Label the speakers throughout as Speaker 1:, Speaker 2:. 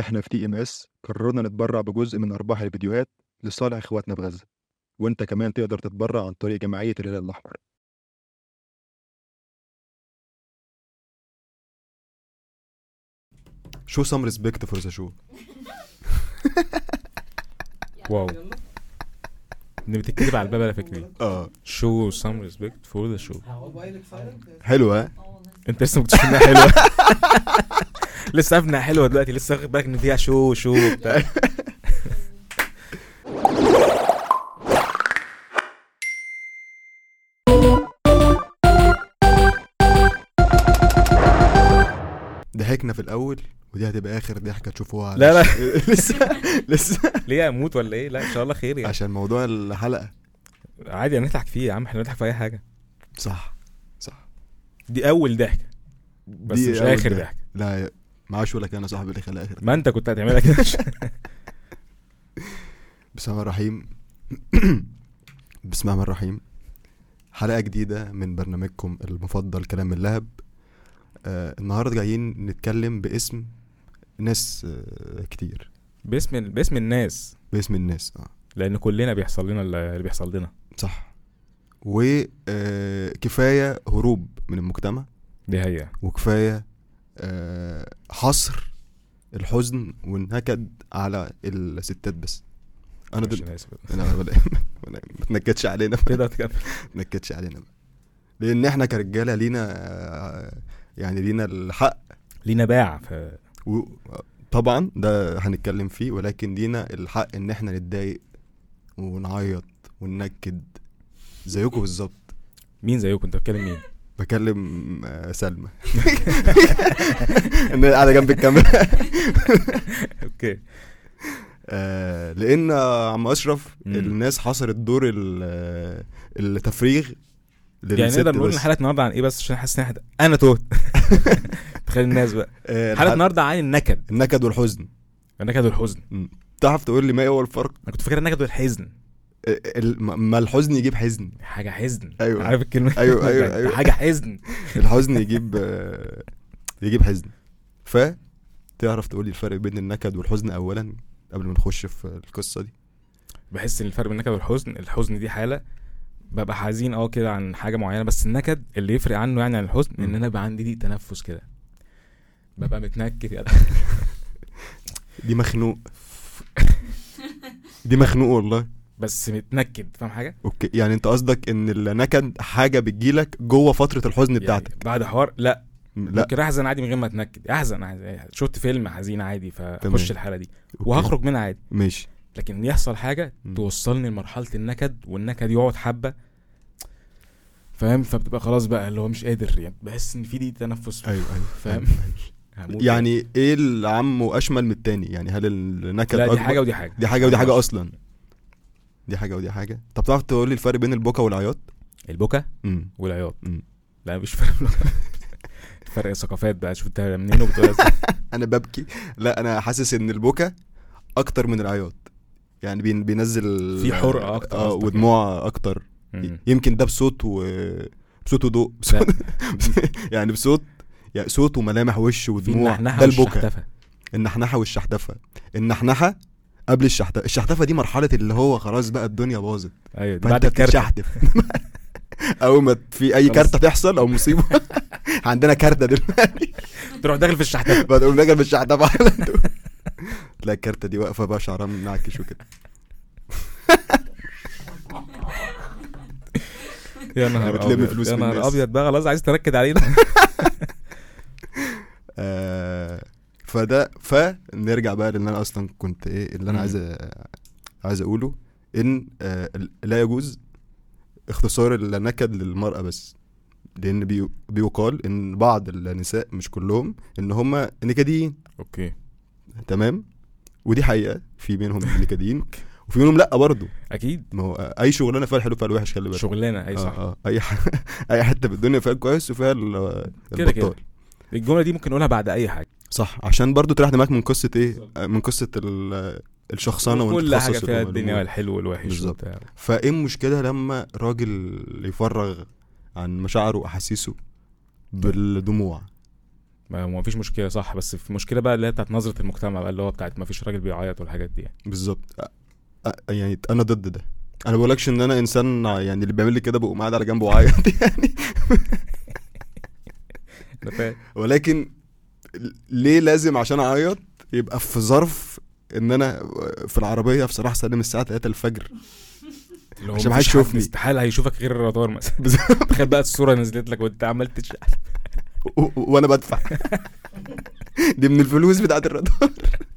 Speaker 1: إحنا في تي إم إس قررنا نتبرع بجزء من أرباح الفيديوهات لصالح إخواتنا في غزة، وأنت كمان تقدر تتبرع عن طريق جمعية الهلال الأحمر.
Speaker 2: show some respect for the show
Speaker 3: واو انت بتتكتب على الباب على فكره
Speaker 2: اه
Speaker 3: شو سام ريسبكت فور ذا شو
Speaker 2: حلوة ها؟
Speaker 3: انت لسه ما كنتش انها حلوه لسه عارف انها حلوه دلوقتي لسه واخد بالك ان فيها شو شو بتاع
Speaker 2: ضحكنا في الأول ودي هتبقى آخر ضحكة تشوفوها على
Speaker 3: لا لا
Speaker 2: لسه لسه
Speaker 3: ليه اموت ولا ايه لا ان شاء الله خير يعني
Speaker 2: عشان موضوع الحلقة
Speaker 3: عادي هنضحك فيه يا عم احنا بنضحك في اي حاجه
Speaker 2: صح صح
Speaker 3: دي اول ضحكه بس
Speaker 2: دي
Speaker 3: مش
Speaker 2: أول
Speaker 3: اخر
Speaker 2: ضحكة.
Speaker 3: ضحكه
Speaker 2: لا يا- معاش ولا كان يا صاحبي اللي خلى آخر
Speaker 3: ما انت كنت هتعملها كده
Speaker 2: بسم الله الرحيم بسم الله الرحيم حلقة جديدة من برنامجكم المفضل كلام اللهب آه النهاردة جايين نتكلم باسم ناس آه كتير
Speaker 3: باسم باسم الناس
Speaker 2: باسم الناس اه
Speaker 3: لان كلنا بيحصل لنا اللي بيحصل لنا
Speaker 2: صح وكفاية هروب من المجتمع
Speaker 3: دي هي
Speaker 2: وكفاية آه، حصر الحزن والنكد على الستات بس انا دل...
Speaker 3: أنا آسف.
Speaker 2: انا ولا ولا- ما تنكدش علينا
Speaker 3: تقدر تكمل
Speaker 2: ما تنكدش علينا بقى. لان احنا كرجاله لينا آه، يعني لينا الحق
Speaker 3: لينا باع في
Speaker 2: و... طبعا ده هنتكلم فيه ولكن لينا الحق ان احنا نتضايق ونعيط وننكد زيكم بالظبط
Speaker 3: مين زيكم انت بتتكلم مين
Speaker 2: بكلم آه، سلمى إن هي قاعده جنب الكاميرا
Speaker 3: اوكي
Speaker 2: آه، لان آه، عم اشرف
Speaker 3: مم.
Speaker 2: الناس حصلت دور ال- آه، التفريغ
Speaker 3: يعني
Speaker 2: للست
Speaker 3: نقدر نقول
Speaker 2: بس.
Speaker 3: ان حلقه النهارده عن ايه بس عشان حاسس ان إحنا- انا تهت تخيل الناس بقى
Speaker 2: آه،
Speaker 3: حلقه
Speaker 2: الحلقة-
Speaker 3: النهارده عن النكد
Speaker 2: النكد والحزن
Speaker 3: النكد والحزن
Speaker 2: تعرف تقول لي ما هو الفرق
Speaker 3: انا كنت فاكر النكد والحزن
Speaker 2: آه، ال- ما ما الحزن يجيب حزن
Speaker 3: حاجه حزن
Speaker 2: أيوة.
Speaker 3: عارف الكلمه
Speaker 2: أيوة، أيوة، أيوة.
Speaker 3: حاجه حزن
Speaker 2: الحزن يجيب آه، يجيب حزن ف تعرف تقول لي الفرق بين النكد والحزن اولا قبل ما نخش في القصه دي
Speaker 3: بحس ان الفرق بين النكد والحزن الحزن دي حاله ببقى حزين اه كده عن حاجه معينه بس النكد اللي يفرق عنه يعني عن الحزن ان
Speaker 2: مم.
Speaker 3: انا بقى عندي ضيق تنفس كده ببقى متنكد كده
Speaker 2: دي مخنوق دي مخنوق والله
Speaker 3: بس متنكد فاهم حاجه
Speaker 2: اوكي يعني انت قصدك ان النكد حاجه بتجيلك جوه فتره الحزن بتاعتك
Speaker 3: يعني بعد حوار لا لا.
Speaker 2: لا
Speaker 3: ممكن احزن عادي من غير ما اتنكد احزن عادي شفت فيلم حزين عادي فاخش
Speaker 2: تمام.
Speaker 3: الحاله دي
Speaker 2: أوكي.
Speaker 3: وهخرج منها عادي
Speaker 2: ماشي
Speaker 3: لكن إن يحصل حاجه
Speaker 2: مم.
Speaker 3: توصلني لمرحله النكد والنكد يقعد حبه فاهم فبتبقى خلاص بقى اللي هو مش قادر يعني بحس ان في دي تنفس
Speaker 2: ايوه ايوه
Speaker 3: أيوه، فاهم هموت
Speaker 2: يعني ايه العم واشمل من التاني يعني هل النكد
Speaker 3: لا دي
Speaker 2: أكبر؟
Speaker 3: حاجه ودي حاجه
Speaker 2: دي حاجه ودي حاجه اصلا دي حاجه ودي حاجه طب تعرف تقول لي الفرق بين البكا والعياط
Speaker 3: البكا
Speaker 2: امم
Speaker 3: والعياط
Speaker 2: مم.
Speaker 3: لا مش فرق فرق ثقافات بقى شوف انت منين وبتقول إيه.
Speaker 2: انا ببكي لا انا حاسس ان البكا اكتر من العياط يعني بين- بينزل
Speaker 3: في حرقة أكتر
Speaker 2: اه
Speaker 3: قصدك يعني.
Speaker 2: ودموع اكتر
Speaker 3: مم.
Speaker 2: يمكن ده بصوت و بصوت وضوء بصوت يعني بصوت يعني صوت وملامح وش
Speaker 3: في
Speaker 2: ودموع
Speaker 3: النحنحه
Speaker 2: ده البكا
Speaker 3: والشحتفه
Speaker 2: النحنحه والشحتفه النحنحه قبل الشحتفه الشحتفه دي مرحله اللي هو خلاص بقى الدنيا باظت
Speaker 3: ايوه دي
Speaker 2: فانت
Speaker 3: بعد الكارت
Speaker 2: بتتشحتف اول ما في اي
Speaker 3: خلاص.
Speaker 2: كارته تحصل او مصيبه عندنا كارته دلوقتي
Speaker 3: تروح داخل في الشحتفه
Speaker 2: بتقوم راجل بالشحتفه على طول. تلاقي الكارته دي واقفه بقى شعرها منعكش وكده
Speaker 3: يا نهار
Speaker 2: بتلم
Speaker 3: ابيض
Speaker 2: فلوس
Speaker 3: يا
Speaker 2: من
Speaker 3: نهار
Speaker 2: الناس.
Speaker 3: ابيض بقى خلاص عايز تركد علينا
Speaker 2: آه فده فنرجع بقى لان انا اصلا كنت ايه اللي انا
Speaker 3: مم.
Speaker 2: عايز أ- عايز اقوله ان آه لا يجوز اختصار النكد للمراه بس لان بي بيقال ان بعض النساء مش كلهم ان هم نكديين
Speaker 3: اوكي
Speaker 2: تمام ودي حقيقه في منهم نكديين وفي منهم لا برضه
Speaker 3: اكيد
Speaker 2: ما هو آه، اي شغلانه فيها الحلو فيها الوحش خلي بالك
Speaker 3: شغلانه اي صح
Speaker 2: آه آه. اي ح... اي حته في الدنيا فيها الكويس وفيها ال-
Speaker 3: كده
Speaker 2: البطال
Speaker 3: كده. الجمله دي ممكن نقولها بعد اي حاجه
Speaker 2: صح عشان برضو تريح دماغك من قصه ايه آه، من قصه ال- الشخصنه وانت
Speaker 3: كل حاجه
Speaker 2: تخصص
Speaker 3: فيها
Speaker 2: الأمور.
Speaker 3: الدنيا الحلو والوحش
Speaker 2: بالظبط.
Speaker 3: وبتاع
Speaker 2: فايه المشكله لما راجل يفرغ عن مشاعره واحاسيسه بالدموع
Speaker 3: ما ما فيش مشكله صح بس في مشكله بقى اللي هي بتاعت نظره المجتمع بقى اللي هو بتاعت ما فيش راجل بيعيط والحاجات دي يعني
Speaker 2: بالظبط أ- أ- يعني انا ضد ده انا ما بقولكش ان انا انسان يعني اللي بيعمل لي كده بقوم قاعد على جنبه واعيط يعني
Speaker 3: أنا فاهم.
Speaker 2: ولكن ل- ليه لازم عشان اعيط يبقى في ظرف ان انا في العربيه في صلاح سالم الساعه 3 الفجر
Speaker 3: اللي هو
Speaker 2: عشان
Speaker 3: مفيش
Speaker 2: هيشوفني.
Speaker 3: حد استحاله هيشوفك غير الرادار مثلا
Speaker 2: بالظبط.
Speaker 3: تخيل بقى الصوره نزلت لك وانت عمال تتشقلب
Speaker 2: و- و- وانا بدفع دي من الفلوس بتاعت الرادار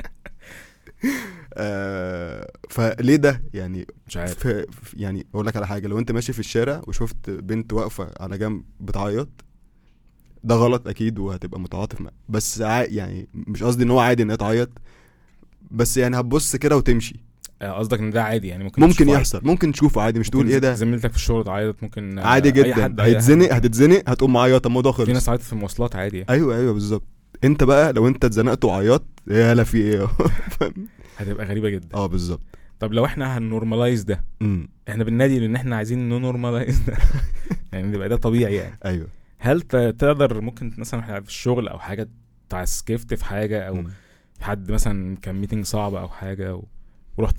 Speaker 2: آه، فليه ده يعني
Speaker 3: مش عارف
Speaker 2: في في- يعني اقول لك على حاجه لو انت ماشي في الشارع وشفت بنت واقفه على جنب بتعيط ده غلط اكيد وهتبقى متعاطف معاه بس ع- يعني مش قصدي ان هو عادي ان هي تعيط بس يعني هتبص كده وتمشي
Speaker 3: آه، قصدك ان ده عادي يعني ممكن
Speaker 2: ممكن
Speaker 3: تشوفه عادي.
Speaker 2: يحصل ممكن تشوفه عادي مش تقول
Speaker 3: ممكن
Speaker 2: ايه ده
Speaker 3: زميلتك في الشغل تعيط ممكن آه،
Speaker 2: عادي
Speaker 3: أي حد،
Speaker 2: جدا
Speaker 3: أي حد.
Speaker 2: هيتزنق هتتزنق هتقوم معيط الموضوع
Speaker 3: في ناس
Speaker 2: خلص
Speaker 3: عيطت في المواصلات عادي يعني.
Speaker 2: ايوه ايوه بالظبط انت بقى لو انت اتزنقت وعيطت يا لا في ايه
Speaker 3: هتبقى غريبه جدا
Speaker 2: اه بالظبط
Speaker 3: طب لو احنا هنورماليز ده
Speaker 2: امم
Speaker 3: احنا بننادي ان احنا عايزين نورماليز ده يعني يبقى ده طبيعي يعني
Speaker 2: ايوه
Speaker 3: هل ت- تقدر ممكن مثلا احنا في الشغل او حاجه تعسكفت في حاجه او
Speaker 2: مم.
Speaker 3: في حد مثلا كان ميتنج صعب او حاجه و... ورحت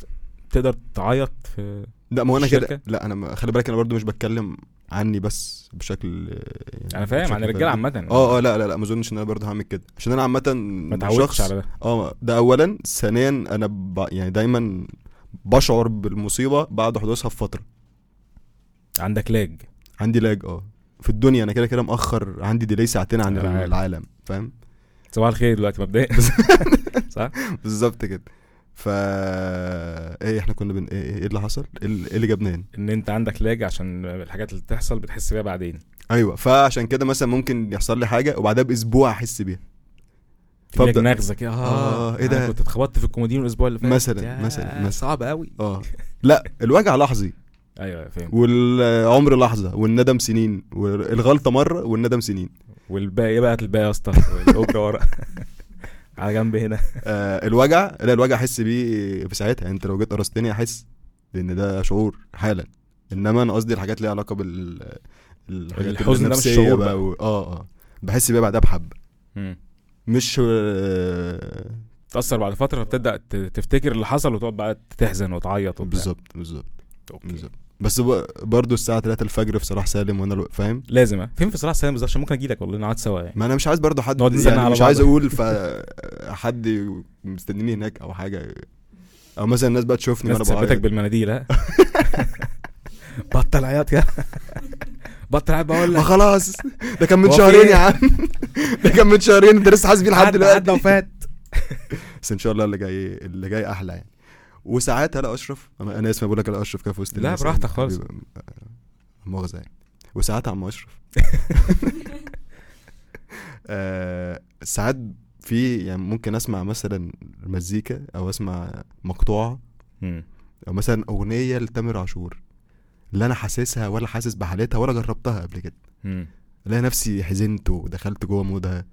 Speaker 3: تقدر تعيط في
Speaker 2: لا ما هو انا كده
Speaker 3: الشركة؟
Speaker 2: لا انا ما- خلي بالك انا برضو مش بتكلم عني بس بشكل يعني
Speaker 3: انا فاهم
Speaker 2: بشكل
Speaker 3: عن الرجاله
Speaker 2: فردي.
Speaker 3: عامه
Speaker 2: اه اه لا لا لا ما اظنش ان انا برضه هعمل كده عشان انا عامه
Speaker 3: ما تعودتش
Speaker 2: شخص-
Speaker 3: على ده
Speaker 2: اه ده اولا ثانيا انا ب... يعني دايما بشعر بالمصيبه بعد حدوثها بفتره
Speaker 3: عندك لاج
Speaker 2: عندي لاج اه في الدنيا انا كده كده مأخر عندي ديلي ساعتين عن
Speaker 3: العالم.
Speaker 2: العالم, العالم. فاهم
Speaker 3: صباح الخير دلوقتي مبدئيا صح
Speaker 2: بالظبط كده فا ايه احنا كنا بن ايه إيه اللي حصل ايه اللي- إيه اللي جابنا هنا
Speaker 3: ان انت عندك لاج عشان الحاجات اللي بتحصل بتحس بيها بعدين
Speaker 2: ايوه فعشان كده مثلا ممكن يحصل لي حاجه وبعدها باسبوع احس بيها
Speaker 3: تجيلك
Speaker 2: فابدأ-
Speaker 3: نغزه كده اه
Speaker 2: آه، إيه ده؟
Speaker 3: أنا كنت اتخبطت في الكومودين الاسبوع اللي فات
Speaker 2: مثلاً،
Speaker 3: يا،
Speaker 2: مثلاً، مثلاً.
Speaker 3: صعب قوي
Speaker 2: اه لا الوجع لحظي
Speaker 3: ايوه فاهم
Speaker 2: والعمر لحظه والندم سنين والغلطه مره والندم سنين
Speaker 3: والباقي ايه بقى هات الباقي يا اسطى والاجره ورا على جنب هنا
Speaker 2: آه الوجع لا الوجع احس بيه في ساعتها يعني انت لو جيت قرصتني احس لان ده شعور حالا انما انا قصدي الحاجات ليها علاقه بال الحاجات
Speaker 3: الحزن ده مش
Speaker 2: النفسية
Speaker 3: شعور بقى.
Speaker 2: بقى و... اه اه بحس بيها بعدها بحبه
Speaker 3: مم.
Speaker 2: مش آه
Speaker 3: تتاثر بعد فتره فبتبدا ت- تفتكر اللي حصل وتقعد بقى تحزن وتعيط وبتاع.
Speaker 2: بالظبط بالظبط
Speaker 3: أوكي.
Speaker 2: بالظبط بس ب- برضه الساعه 3 الفجر في صلاح سالم وانا الو- فاهم
Speaker 3: لازم أه. فين في صلاح سالم بالظبط عشان ممكن اجي لك والله نقعد سوا يعني
Speaker 2: ما انا مش عايز برضه حد
Speaker 3: نقعد نزنق على
Speaker 2: يعني مش
Speaker 3: بعض.
Speaker 2: عايز اقول ف حد مستنيني هناك او حاجه او مثلا الناس بقى تشوفني
Speaker 3: الناس
Speaker 2: وانا
Speaker 3: تثبتك
Speaker 2: بعيط
Speaker 3: بالمناديل ها بطل عياط يا بطل عياط بقول
Speaker 2: ما
Speaker 3: لك
Speaker 2: خلاص ده كان من
Speaker 3: هو في
Speaker 2: شهرين
Speaker 3: إيه؟
Speaker 2: يا عم ده كان من شهرين انت لسه حاسس بيه لحد
Speaker 3: عدى- عدى
Speaker 2: دلوقتي
Speaker 3: وفات
Speaker 2: بس ان شاء الله اللي جاي اللي جاي احلى يعني وساعات هلا اشرف انا انا اسف بقول لك هلا اشرف كده في وسط
Speaker 3: لا،
Speaker 2: الناس
Speaker 3: براحتك
Speaker 2: يعني
Speaker 3: خالص.
Speaker 2: حبيبي، آه، مؤاخذه يعني وساعات عم اشرف آه، ساعات في يعني ممكن اسمع مثلا مزيكا او اسمع مقطوعه
Speaker 3: مم.
Speaker 2: او مثلا اغنيه لتامر عاشور لا انا حاسسها ولا حاسس بحالتها ولا جربتها قبل كده
Speaker 3: مم.
Speaker 2: الاقي نفسي حزنت ودخلت جوه مودها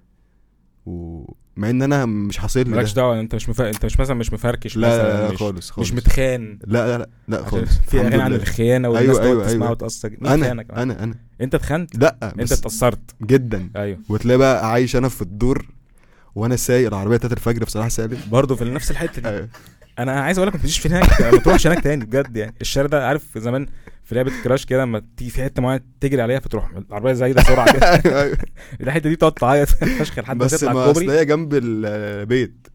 Speaker 2: ومع ان انا مش حاصل لي
Speaker 3: مالكش
Speaker 2: ده
Speaker 3: دعوه انت مش مفا... انت مش مثلا مش مفركش
Speaker 2: لا
Speaker 3: مثلا
Speaker 2: لا لا
Speaker 3: مش...
Speaker 2: خالص خالص
Speaker 3: مش متخان
Speaker 2: لا لا لا, لا
Speaker 3: عشان
Speaker 2: خالص
Speaker 3: في
Speaker 2: الحمد
Speaker 3: اغاني عن
Speaker 2: لله.
Speaker 3: الخيانه والناس
Speaker 2: أيوة،
Speaker 3: تقعد
Speaker 2: أيوة،
Speaker 3: تسمعها
Speaker 2: أيوة.
Speaker 3: وتاثر مين
Speaker 2: انا
Speaker 3: خانك يا عم؟
Speaker 2: انا انا
Speaker 3: انت اتخنت
Speaker 2: لا
Speaker 3: انت
Speaker 2: بس
Speaker 3: اتأثرت
Speaker 2: جدا
Speaker 3: ايوه
Speaker 2: وتلاقي بقى عايش انا في الدور وانا سايق العربيه بتاعت الفجر في صلاح سالم
Speaker 3: برضه في نفس الحته دي
Speaker 2: أيوة.
Speaker 3: انا عايز اقول لك ما تجيش في هناك ما تروحش هناك تاني بجد يعني الشارع ده عارف زمان في لعبه كراش كده لما تيجي في حته معينه تجري عليها فتروح العربيه زايده بسرعه كده
Speaker 2: أيوة، أيوة.
Speaker 3: الحته دي تقعد تعيط فشخ لحد ما
Speaker 2: بس
Speaker 3: تطلع
Speaker 2: ما اصل
Speaker 3: الكوبري
Speaker 2: هي جنب البيت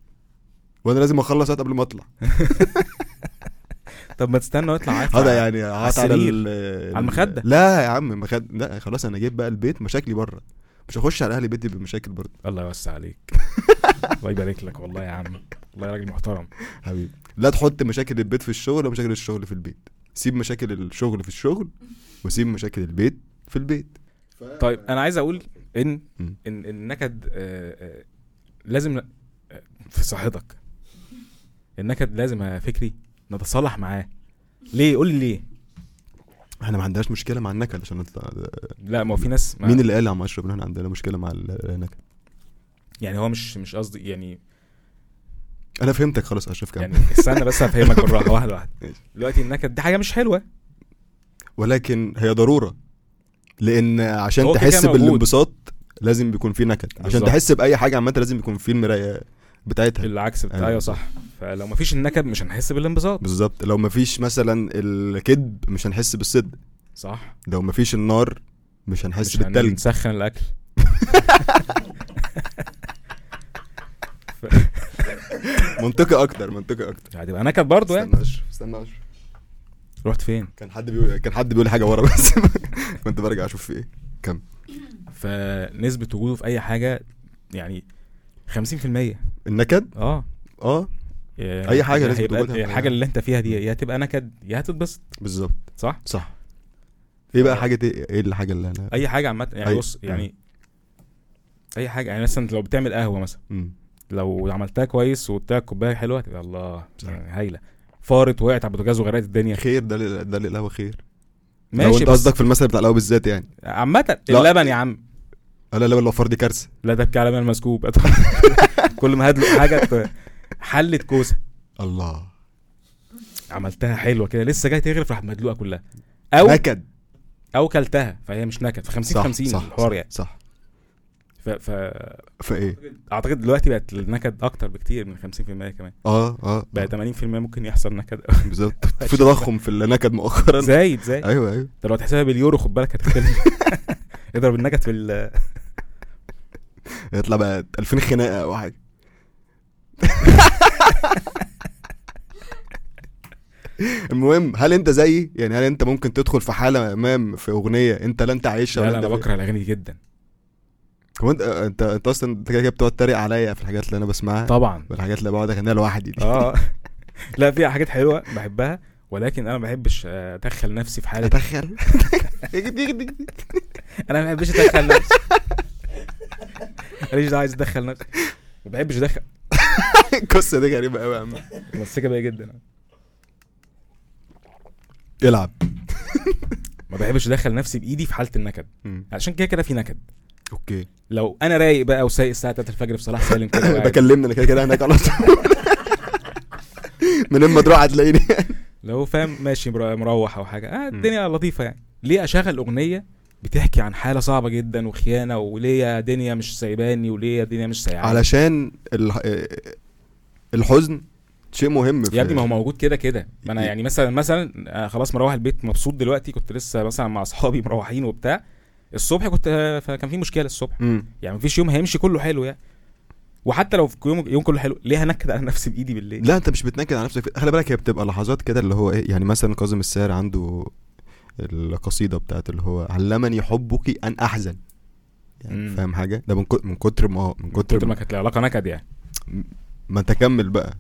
Speaker 2: وانا لازم اخلص وقت قبل ما اطلع
Speaker 3: طب ما تستنى واطلع عارف
Speaker 2: هذا يعني قعدت على
Speaker 3: السرير.
Speaker 2: ال- ال-
Speaker 3: المخدة.
Speaker 2: لا يا عم مخد لا خلاص انا جايب بقى البيت مشاكلي بره مش هخش على اهلي بيتي بمشاكل برضه
Speaker 3: الله يوسع عليك الله يبارك لك والله يا عم والله يا راجل محترم
Speaker 2: حبيبي لا تحط مشاكل البيت في الشغل ومشاكل الشغل في البيت سيب مشاكل الشغل في الشغل وسيب مشاكل البيت في البيت
Speaker 3: طيب انا عايز اقول ان
Speaker 2: مم.
Speaker 3: ان النكد آه، آه، لازم ن- آه، في صحتك النكد لازم يا فكري نتصالح معاه ليه قول لي ليه
Speaker 2: احنا ما عندناش مشكله مع النكد عشان نطلع
Speaker 3: لا ما هو في ناس ما
Speaker 2: مين اللي قال يا عم اشرف ان احنا عندنا مشكله مع ال- النكد
Speaker 3: يعني هو مش مش قصدي يعني
Speaker 2: انا فهمتك خلاص اشرف كمل
Speaker 3: يعني استنى بس هفهمك بالراحه واحده واحده
Speaker 2: ماشي.
Speaker 3: دلوقتي النكد دي حاجه مش حلوه
Speaker 2: ولكن هي ضروره لان
Speaker 3: هو
Speaker 2: عشان
Speaker 3: كده
Speaker 2: تحس
Speaker 3: كده موجود.
Speaker 2: بالانبساط لازم بيكون في نكد عشان
Speaker 3: بالظبط.
Speaker 2: تحس باي حاجه عامه لازم يكون في المرايه بتاعتها
Speaker 3: العكس بتاع
Speaker 2: أيوة.
Speaker 3: ايوه صح فلو مفيش النكد مش هنحس بالانبساط
Speaker 2: بالظبط لو مفيش مثلا الكذب مش هنحس بالصدق
Speaker 3: صح
Speaker 2: لو مفيش النار مش هنحس
Speaker 3: مش
Speaker 2: بالتلج
Speaker 3: هنسخن الاكل
Speaker 2: منطقي اكتر منطقي اكتر
Speaker 3: هتبقى نكد برضه يعني
Speaker 2: استنى اشرب استنى اشرب
Speaker 3: رحت فين
Speaker 2: كان حد بيقول كان حد بيقول لي حاجه ورا بس كنت برجع اشوف في ايه
Speaker 3: فنسبه وجوده في اي حاجه يعني 50%
Speaker 2: النكد
Speaker 3: اه
Speaker 2: اه
Speaker 3: يعني
Speaker 2: أي حاجة لازم
Speaker 3: هيبقى
Speaker 2: تقولها.
Speaker 3: الحاجه اللي انت فيها دي يا تبقى نكد يا هتتبسط
Speaker 2: بالظبط
Speaker 3: صح
Speaker 2: صح ايه بقى حاجه ايه ايه الحاجه اللي انا
Speaker 3: اي حاجه عامه يعني
Speaker 2: أيوة.
Speaker 3: بص يعني اي حاجه يعني مثلا لو بتعمل قهوه مثلا
Speaker 2: مم.
Speaker 3: لو عملتها كويس واديتها كوبايه حلوه تبقى الله
Speaker 2: صح.
Speaker 3: يعني هايله فارت وقعت على البوتاجاز وغرقت الدنيا
Speaker 2: خير ده لل- ده للقهوه خير لو
Speaker 3: ماشي
Speaker 2: انت
Speaker 3: بس
Speaker 2: قصدك في المثل بتاع القهوه بالذات يعني
Speaker 3: عامه
Speaker 2: لا.
Speaker 3: اللبن يا عم
Speaker 2: لا لا لو فردي كارثه
Speaker 3: لا تبكي على مال مسكوب كل ما هدلق حاجه ت- حله كوسه
Speaker 2: الله
Speaker 3: عملتها حلوه كده لسه جاي تغرف راح مدلوقه كلها او
Speaker 2: نكد
Speaker 3: او كلتها فهي مش نكد في 50 50 الحوار يعني
Speaker 2: صح
Speaker 3: ف... ف...
Speaker 2: فايه
Speaker 3: اعتقد دلوقتي بقت النكد اكتر بكتير من 50% كمان
Speaker 2: اه اه
Speaker 3: بقى 80% ممكن يحصل نكد
Speaker 2: بالظبط في تضخم في النكد مؤخرا
Speaker 3: زايد زايد
Speaker 2: ايوه ايوه
Speaker 3: انت لو هتحسبها باليورو خد بالك هتختلف اضرب النكد في ال
Speaker 2: يطلع بقى 2000 خناقه او حاجه المهم هل انت زيي يعني هل انت ممكن تدخل في حاله ما في اغنيه انت لا انت عايشها
Speaker 3: لا
Speaker 2: ولا
Speaker 3: لا انا
Speaker 2: انت في-
Speaker 3: بكره الاغاني دي جدا
Speaker 2: هو انت انت انت اصلا انت كده كده بتقعد تتريق عليا في الحاجات اللي انا بسمعها
Speaker 3: طبعا
Speaker 2: والحاجات اللي بقعد اغنيها لوحدي دي
Speaker 3: اه لا فيها حاجات حلوه بحبها ولكن انا ما بحبش ادخل نفسي في حاله
Speaker 2: اتخيل
Speaker 3: انا ما بحبش ادخل نفسي ماليش دعوه عايز ادخل نفسي ما بحبش ادخل
Speaker 2: القصه دي غريبه قوي يا عم
Speaker 3: ممسكه بيا جدا
Speaker 2: العب
Speaker 3: ما بحبش ادخل نفسي بايدي في حاله النكد
Speaker 2: مم.
Speaker 3: عشان كده كده في نكد
Speaker 2: اوكي
Speaker 3: لو انا رايق بقى وسايق الساعه 3 الفجر في صلاح سالم كده وقاعد
Speaker 2: بكلمني انا كده كده هناك على طول من اما تروح هتلاقيني
Speaker 3: لو فاهم ماشي مر- مروح او حاجه آه
Speaker 2: مم.
Speaker 3: الدنيا لطيفه يعني ليه اشغل اغنيه بتحكي عن حاله صعبه جدا وخيانه وليه يا دنيا مش سايباني وليه يا دنيا مش سايعاني
Speaker 2: علشان ال- الحزن شيء مهم في-
Speaker 3: يا ابني ما هو موجود كده كده ما انا
Speaker 2: ي-
Speaker 3: يعني مثلا مثلا أنا خلاص مروح البيت مبسوط دلوقتي كنت لسه مثلا مع اصحابي مروحين وبتاع الصبح كنت آه، فكان في مشكله الصبح
Speaker 2: مم.
Speaker 3: يعني مفيش يوم هيمشي كله حلو يعني وحتى لو في يوم يوم كله حلو ليه هنكد على نفسي بايدي بالليل
Speaker 2: لا انت مش بتنكد على نفسك خلي بالك هي بتبقى لحظات كده اللي هو ايه يعني مثلا كاظم الساهر عنده القصيده بتاعت اللي هو علمني حبك ان احزن يعني
Speaker 3: مم.
Speaker 2: فاهم حاجه ده من كت- من كتر ما من كتر
Speaker 3: كتر ما كانت العلاقه نكد يعني
Speaker 2: ما تكمل بقى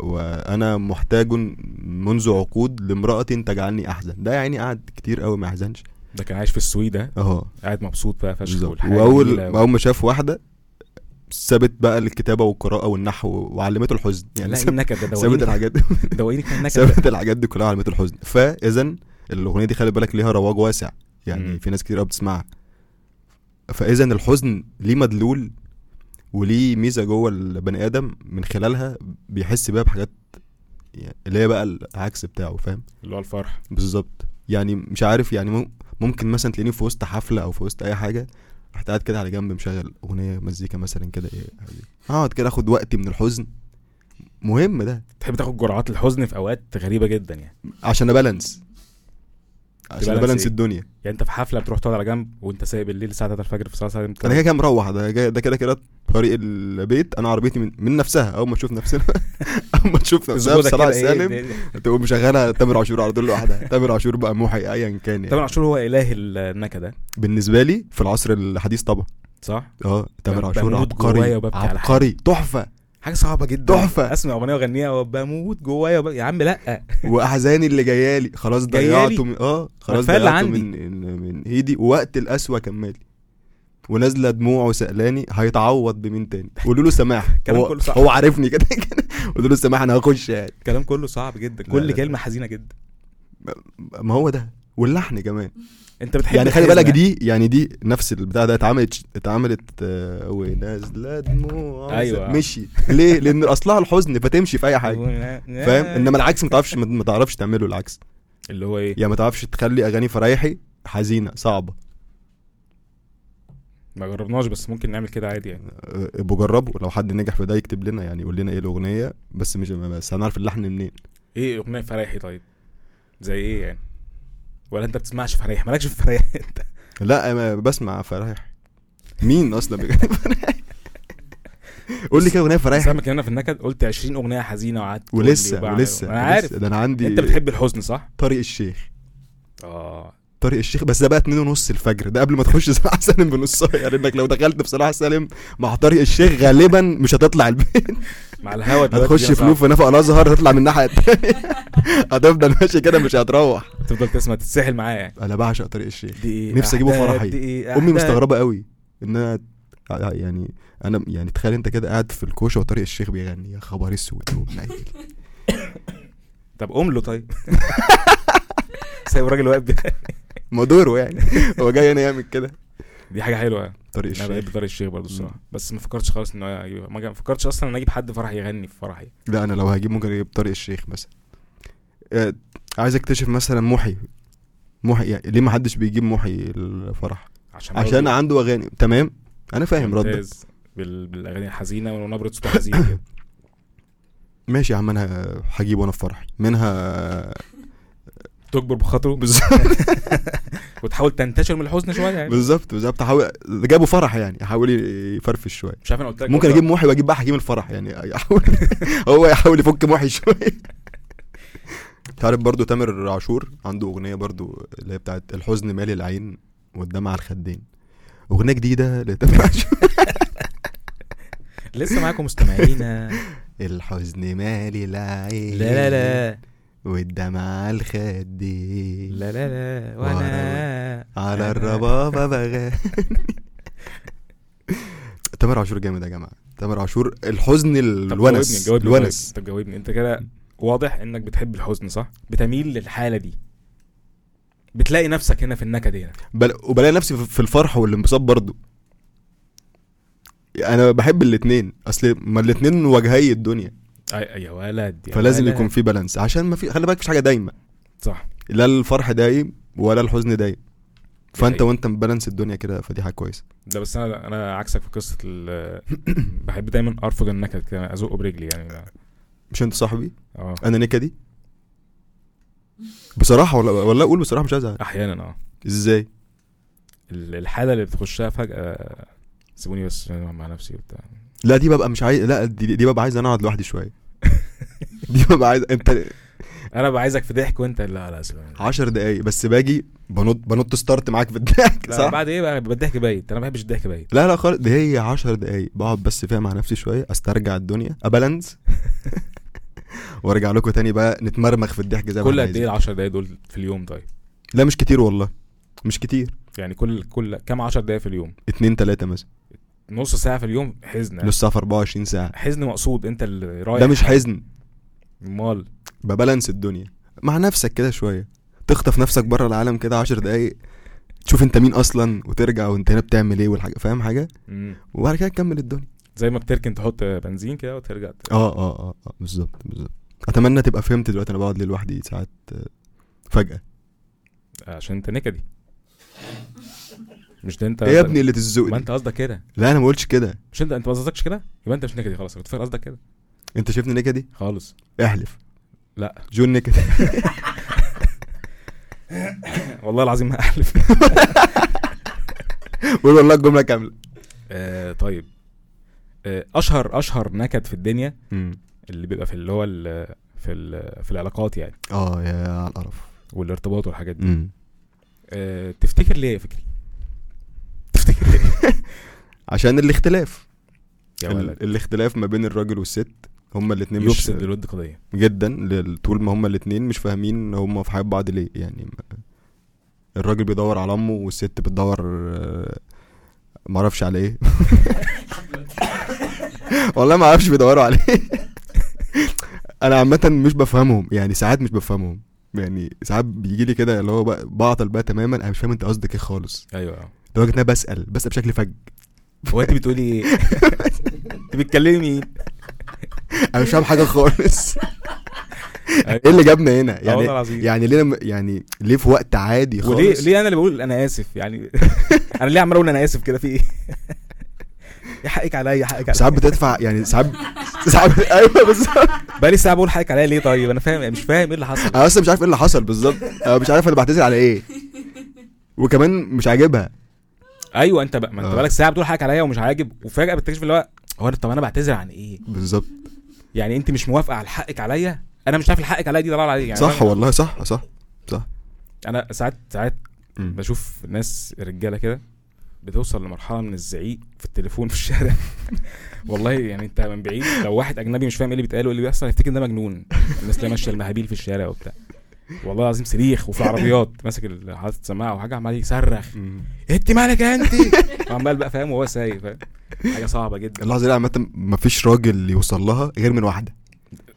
Speaker 2: وانا محتاج منذ عقود لامراه تجعلني احزن ده يعني قعد كتير قوي ما يحزنش
Speaker 3: ده كان عايش في السويد ده،
Speaker 2: اهو
Speaker 3: قاعد مبسوط بقى فشخ
Speaker 2: بالظبط
Speaker 3: والحياة
Speaker 2: واول
Speaker 3: جميلة و-
Speaker 2: اول ما شاف واحده سابت بقى الكتابه والقراءه والنحو وعلمته الحزن يعني
Speaker 3: لا
Speaker 2: ساب-
Speaker 3: النكد
Speaker 2: سابت
Speaker 3: ده دواينك
Speaker 2: الحاجات
Speaker 3: دواينك النكد ده.
Speaker 2: سابت الحاجات دي كلها علمته الحزن فاذا الاغنيه دي خلي بالك ليها رواج واسع يعني
Speaker 3: مم.
Speaker 2: في ناس كتير قوي بتسمعها فاذا الحزن ليه مدلول وليه ميزه جوه البني ادم من خلالها بيحس بيها بحاجات يعني اللي هي بقى العكس بتاعه فاهم
Speaker 3: اللي هو الفرح
Speaker 2: بالظبط يعني مش عارف يعني مم- ممكن مثلا تلاقيني في وسط حفله او في وسط اي حاجه رحت قاعد كده على جنب مشغل اغنيه مزيكا مثلا كده ايه هادية. اقعد كده اخد وقتي من الحزن مهم ده
Speaker 3: تحب تاخد جرعات الحزن في اوقات غريبه جدا يعني
Speaker 2: عشان ابالانس عشان
Speaker 3: تبالانس
Speaker 2: ابالانس
Speaker 3: إيه؟
Speaker 2: الدنيا
Speaker 3: يعني انت في حفله بتروح تقعد على جنب وانت سايب الليل الساعه 3 الفجر في صلاه سالم
Speaker 2: انا كده كده مروح ده جاي- ده كده كده طريق البيت انا عربيتي من, من نفسها اول ما تشوف نفسنا اول ما تشوف نفسها في
Speaker 3: تزودك
Speaker 2: صلاح
Speaker 3: كده إيه،
Speaker 2: سالم
Speaker 3: ده-
Speaker 2: تقوم مشغلها تامر عاشور على طول لوحدها تامر عاشور بقى موحي ايا كان
Speaker 3: تامر
Speaker 2: يعني.
Speaker 3: عاشور هو اله ال- النكد ده
Speaker 2: بالنسبه لي في العصر الحديث طبعا
Speaker 3: صح
Speaker 2: اه تامر
Speaker 3: بم-
Speaker 2: عاشور
Speaker 3: بموت جوايا
Speaker 2: عبقري
Speaker 3: وببكي على حاجة.
Speaker 2: عبقري تحفه
Speaker 3: حاجه صعبه جدا
Speaker 2: تحفة.
Speaker 3: اسمع اغنيه واغنيها وبموت جوايا وب... يا عم لا
Speaker 2: واحزاني اللي جايالي خلاص
Speaker 3: جايالي؟
Speaker 2: ضيعته من اه خلاص
Speaker 3: كفاية اللي
Speaker 2: ضيعته
Speaker 3: عندي.
Speaker 2: من من ايدي ووقت القسوه كمالي ونازله دموعه سالاني هيتعوض بمين تاني قولوا له سماح
Speaker 3: الكلام
Speaker 2: هو
Speaker 3: كله صح.
Speaker 2: هو عارفني كده كده قولوا له سماح انا هخش يعني
Speaker 3: الكلام كله صعب جدا
Speaker 2: لا،
Speaker 3: كل
Speaker 2: لا، لا.
Speaker 3: كلمه حزينه جدا
Speaker 2: ما هو ده واللحن كمان
Speaker 3: انت بتحب
Speaker 2: يعني خلي
Speaker 3: الحزن.
Speaker 2: بالك دي يعني دي نفس البتاع ده اتعملت اتعملت آه، ونازله دموع
Speaker 3: أيوة.
Speaker 2: مشي ليه لان اصلها الحزن فتمشي في اي حاجه فاهم انما العكس ما تعرفش ما تعرفش تعمله العكس
Speaker 3: اللي هو ايه
Speaker 2: يعني ما تعرفش تخلي اغاني فرايحي حزينه صعبه
Speaker 3: ما جربناش بس ممكن نعمل كده عادي يعني
Speaker 2: آه، ابقوا جربوا لو حد نجح في ده يكتب لنا يعني يقول لنا ايه الاغنيه بس مش بس هنعرف اللحن منين
Speaker 3: ايه اغنيه فرايحي طيب زي ايه يعني ولا انت بتسمعش فرايح مالكش في فرايح انت
Speaker 2: لا أنا بسمع فرايح مين اصلا بيغني فرايح؟ قول لي كده اغنيه فرايح
Speaker 3: سامك هنا في النكد قلت 20 اغنيه حزينه وقعدت تقول لي
Speaker 2: ولسه
Speaker 3: وبعمل-
Speaker 2: ولسه
Speaker 3: انا عارف
Speaker 2: لسه. ده انا عندي
Speaker 3: انت بتحب الحزن صح؟
Speaker 2: طريق الشيخ
Speaker 3: اه
Speaker 2: طريق الشيخ بس ده بقى 2 ونص الفجر ده قبل ما تخش صلاح سالم بنص يعني انك لو دخلت في صلاح سالم مع طريق الشيخ غالبا مش هتطلع البيت
Speaker 3: مع الهوا دلوقتي
Speaker 2: هتخش
Speaker 3: يا
Speaker 2: في
Speaker 3: صاحبي.
Speaker 2: لوف نفق الازهر هتطلع من الناحيه التانيه هتفضل ماشي كده مش هتروح
Speaker 3: تفضل تسمع تتسحل معايا يعني
Speaker 2: انا بعشق طريق الشيخ
Speaker 3: دي ايه
Speaker 2: نفسي اجيبه
Speaker 3: أعداد،
Speaker 2: فرحي.
Speaker 3: دي إيه؟
Speaker 2: امي
Speaker 3: أعداد.
Speaker 2: مستغربه قوي ان انا يعني انا يعني تخيل انت كده قاعد في الكوشه وطريق الشيخ بيغني يا خبر اسود يا ابن عيل.
Speaker 3: طب قوم له طيب سايب الراجل واقف بي-
Speaker 2: ما دوره يعني هو جاي هنا يعمل كده
Speaker 3: دي حاجه حلوه
Speaker 2: طريق
Speaker 3: انا
Speaker 2: الشيخ
Speaker 3: بحب طارق الشيخ برضه الصراحه بس ما فكرتش خالص ان انا اجيبه ما جا- ما فكرتش اصلا ان اجيب حد فرح يغني في فرحي
Speaker 2: لا انا لو هجيب ممكن اجيب طريق الشيخ مثلا آه، عايز اكتشف مثلا محي محي يعني ليه ما حدش بيجيب محي الفرح
Speaker 3: عشان
Speaker 2: عشان عنده اغاني تمام انا فاهم ردك
Speaker 3: ممتاز بال... بالاغاني الحزينه ونبره صوته حزينه كده
Speaker 2: ماشي يا عم انا هجيب وانا في فرحي منها
Speaker 3: تكبر بخاطره
Speaker 2: بالظبط
Speaker 3: وتحاول تنتشر من الحزن شويه يعني
Speaker 2: بالظبط بالظبط حاول جابوا فرح يعني حاول يفرفش شويه
Speaker 3: مش عارف انا قلت لك
Speaker 2: ممكن
Speaker 3: ولا
Speaker 2: اجيب محي واجيب بقى حكيم الفرح يعني احاول هو يحاول يفك محي شويه تعرف برضو تامر عاشور عنده اغنيه برضو اللي هي بتاعت الحزن مالي العين والدمع على الخدين اغنيه جديده لتامر عاشور
Speaker 3: لا. لسه معاكم مستمعينا
Speaker 2: الحزن مالي العين
Speaker 3: لا لا لا
Speaker 2: والدمع على الخدين
Speaker 3: لا لا لا
Speaker 2: وأنا-
Speaker 3: وانا
Speaker 2: على الربابه بغى تامر عاشور جامد يا جماعه تامر عاشور الحزن
Speaker 3: طب جاوبني،
Speaker 2: الونس
Speaker 3: جاوبني،
Speaker 2: الونس
Speaker 3: جاوبني. طب جاوبني انت كده واضح انك بتحب الحزن صح بتميل للحاله دي بتلاقي نفسك هنا في النكد هنا
Speaker 2: بل... وبلاقي نفسي في- في الفرح والانبساط برضو انا بحب الاتنين اصل ما الاتنين وجهي الدنيا
Speaker 3: أي- يا ولد يا
Speaker 2: فلازم
Speaker 3: ولد.
Speaker 2: يكون في بالانس عشان ما في خلي بالك مفيش حاجه دايمه
Speaker 3: صح
Speaker 2: لا الفرح دايم ولا الحزن دايم فانت
Speaker 3: حقيقة.
Speaker 2: وانت مبالانس الدنيا كده فدي حاجه كويسه
Speaker 3: ده بس انا انا عكسك في قصه ال- بحب دايما ارفض النكد كده ازقه برجلي يعني
Speaker 2: مش انت صاحبي
Speaker 3: اه
Speaker 2: انا نكدي بصراحه ولا ولا اقول بصراحه مش هزعل
Speaker 3: احيانا اه
Speaker 2: ازاي
Speaker 3: ال- الحاله اللي بتخشها فجاه سيبوني بس مع نفسي وبتاع
Speaker 2: لا دي ببقى مش عايز لا دي, دي ببقى عايز انا اقعد لوحدي شويه دي ببقى عايز انت
Speaker 3: انا بقى عايزك في ضحك وانت لا لا سيبوني
Speaker 2: عشر دقايق بس باجي بنط بنط ستارت معاك في الضحك
Speaker 3: لا
Speaker 2: صح؟
Speaker 3: بعد ايه بقى بالضحك بايت انا ما بحبش الضحك بايت
Speaker 2: لا لا خالص دي هي 10 دقايق بقعد بس فيها مع نفسي شويه استرجع الدنيا ابالانس وارجع لكم تاني بقى نتمرمخ في الضحك زي ما
Speaker 3: كل
Speaker 2: إحنا
Speaker 3: قد ايه
Speaker 2: عايزين.
Speaker 3: ال 10 دقايق دول في اليوم طيب
Speaker 2: لا مش كتير والله مش كتير
Speaker 3: يعني كل كل كام 10 دقايق في اليوم
Speaker 2: اتنين تلاتة مثلا
Speaker 3: نص ساعه في اليوم حزن يعني.
Speaker 2: نص ساعه في 24 ساعه
Speaker 3: حزن مقصود انت اللي رايح
Speaker 2: ده مش حزن
Speaker 3: امال
Speaker 2: ببالانس الدنيا مع نفسك كده شويه تخطف نفسك بره العالم كده 10 دقايق تشوف انت مين اصلا وترجع وانت هنا بتعمل ايه والحاجه فاهم حاجه
Speaker 3: مم.
Speaker 2: وبعد كده تكمل الدنيا
Speaker 3: زي ما بتركن تحط بنزين كده وترجع ت-
Speaker 2: اه اه اه, آه بالظبط بالظبط اتمنى تبقى فهمت دلوقتي انا بقعد ليه لوحدي ساعات آه، فجاه
Speaker 3: عشان انت نكدي مش ده انت
Speaker 2: ايه يا ابني اللي تزوق
Speaker 3: ما انت قصدك كده
Speaker 2: لا انا ما قلتش كده
Speaker 3: مش انت انت ما قصدكش كده يبقى انت مش نكدي خلاص أنا كنت فاكر قصدك كده
Speaker 2: انت شايفني نكدي
Speaker 3: خالص
Speaker 2: احلف
Speaker 3: لا
Speaker 2: جون نكدي
Speaker 3: والله العظيم ما احلف
Speaker 2: قول والله الجمله كامله
Speaker 3: آه طيب آه اشهر اشهر نكد في الدنيا اللي بيبقى في اللي هو ال- في ال- في العلاقات يعني
Speaker 2: اه يا على القرف
Speaker 3: والارتباط والحاجات دي
Speaker 2: مم.
Speaker 3: آه تفتكر ليه يا فكري تفتكر ليه
Speaker 2: عشان الاختلاف
Speaker 3: يا
Speaker 2: ال-
Speaker 3: ولد
Speaker 2: الاختلاف ما بين الراجل والست هما الاثنين مش
Speaker 3: يفسد للود قضيه
Speaker 2: جدا لل- طول ما هما الاثنين مش فاهمين هما في حياه بعض ليه يعني ما- الراجل بيدور على امه والست بتدور آه، معرفش على ايه والله ما اعرفش بيدوروا على ايه انا عامه مش بفهمهم يعني ساعات مش بفهمهم يعني ساعات بيجي لي كده اللي هو بق- بعطل بقى تماما انا مش فاهم انت قصدك ايه خالص
Speaker 3: ايوه
Speaker 2: لدرجه ان انا بسال بسال بشكل فج
Speaker 3: هو انت بتقولي ايه؟ انت بتكلمي مين؟
Speaker 2: انا مش فاهم حاجه خالص ايه اللي جابنا هنا
Speaker 3: يعني والله
Speaker 2: يعني
Speaker 3: العظيم
Speaker 2: يعني ليه لما- يعني ليه في وقت عادي خالص
Speaker 3: وليه ليه انا اللي بقول انا اسف يعني انا ليه عمال اقول انا اسف كده في ايه يا حقك عليا حقك عليا
Speaker 2: ساعات بتدفع يعني ساعات ساعات ايوه بالظبط
Speaker 3: بقالي ساعه بقول حقك عليا ليه طيب انا فاهم مش فاهم ايه اللي حصل
Speaker 2: انا اصلا مش عارف ايه اللي حصل بالظبط انا مش عارف انا بعتذر على ايه وكمان مش عاجبها
Speaker 3: ايوه انت بقى ما انت
Speaker 2: آه.
Speaker 3: بقالك ساعه بتقول حقك عليا ومش عاجب وفجاه بتكتشف اللي هو هو انا طب انا بعتذر عن ايه
Speaker 2: بالظبط
Speaker 3: يعني انت مش موافقه على حقك عليا انا مش عارف الحقك عليا دي طلع عليا يعني
Speaker 2: صح
Speaker 3: أنا-
Speaker 2: والله صح صح
Speaker 3: انا ساعات ساعات
Speaker 2: مم.
Speaker 3: بشوف ناس رجاله كده بتوصل لمرحله من الزعيق في التليفون في الشارع والله يعني انت من بعيد لو واحد اجنبي مش فاهم ايه اللي بيتقال وايه اللي بيحصل هيفتكر إن ده مجنون الناس اللي ماشيه المهابيل في الشارع وبتاع والله العظيم صريخ وفي عربيات ماسك ال- حاطط سماعه وحاجه عمال يصرخ
Speaker 2: مم.
Speaker 3: انت مالك يا انت وعمال بقى فاهم وهو سايق فاهم؟ حاجه صعبه جدا
Speaker 2: اللحظه دي عامه مفيش راجل يوصل لها غير من واحده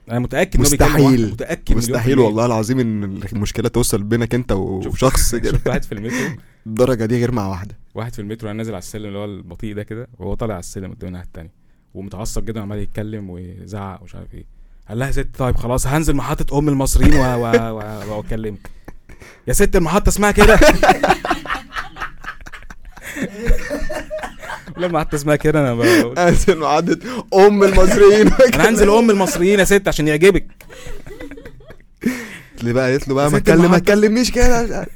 Speaker 3: انا متاكد إن هو بيتكلم
Speaker 2: مستحيل.
Speaker 3: واحد، متاكد مليون في
Speaker 2: مستحيل
Speaker 3: المية.
Speaker 2: والله العظيم ان المشكله توصل بينك انت وشخص كده
Speaker 3: شفت واحد في المترو
Speaker 2: الدرجه دي غير مع واحده
Speaker 3: واحد في المترو انا نازل على السلم اللي هو البطيء ده كده وهو طالع على السلم قدام الناحيه التانيه ومتعصب جدا عمال يتكلم ويزعق ومش عارف ايه قال لها يا ست طيب خلاص هنزل محطه ام المصريين و- و- و- واكلمك يا ست المحطه اسمها كده لما المحطه اسمها كده انا بقول
Speaker 2: انزل عدد ام المصريين
Speaker 3: انا هنزل ام المصريين يا ست عشان يعجبك
Speaker 2: اللي بقى قالت له بقى
Speaker 3: يا
Speaker 2: ما
Speaker 3: ست
Speaker 2: تكلم ما
Speaker 3: المحطة.
Speaker 2: تكلمنيش كده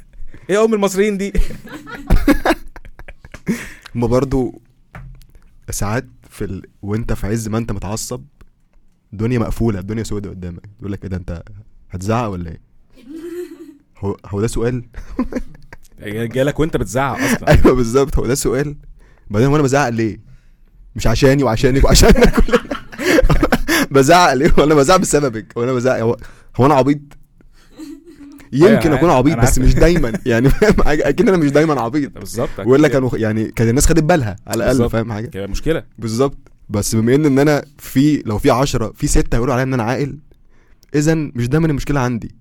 Speaker 3: ايه ام المصريين دي
Speaker 2: هما برضو ساعات في ال... وانت في عز ما انت متعصب الدنيا مقفوله الدنيا سودة قدامك يقول لك ايه ده انت هتزعق ولا ايه هو هو ده سؤال
Speaker 3: جالك وانت بتزعق اصلا
Speaker 2: ايوه بالظبط هو ده سؤال بعدين وانا بزعق ليه مش عشاني وعشانك وعشاننا كلنا بزعق ليه وانا بزعق بسببك وانا بزعق هو, هو انا عبيط
Speaker 3: أيوة،
Speaker 2: يمكن
Speaker 3: أنا
Speaker 2: اكون
Speaker 3: عارف-
Speaker 2: عبيط
Speaker 3: أنا
Speaker 2: بس
Speaker 3: عارف.
Speaker 2: مش دايما يعني فاهم حاجة؟ اكيد انا مش دايما عبيط
Speaker 3: بالظبط
Speaker 2: ويقول لك انا يعني كان الناس خدت بالها على الاقل
Speaker 3: بالظبط.
Speaker 2: فاهم حاجه
Speaker 3: كده مشكله
Speaker 2: بالظبط بس بما ان ان انا في لو في عشرة في ستة هيقولوا عليا ان انا عاقل اذا مش دايما المشكله عندي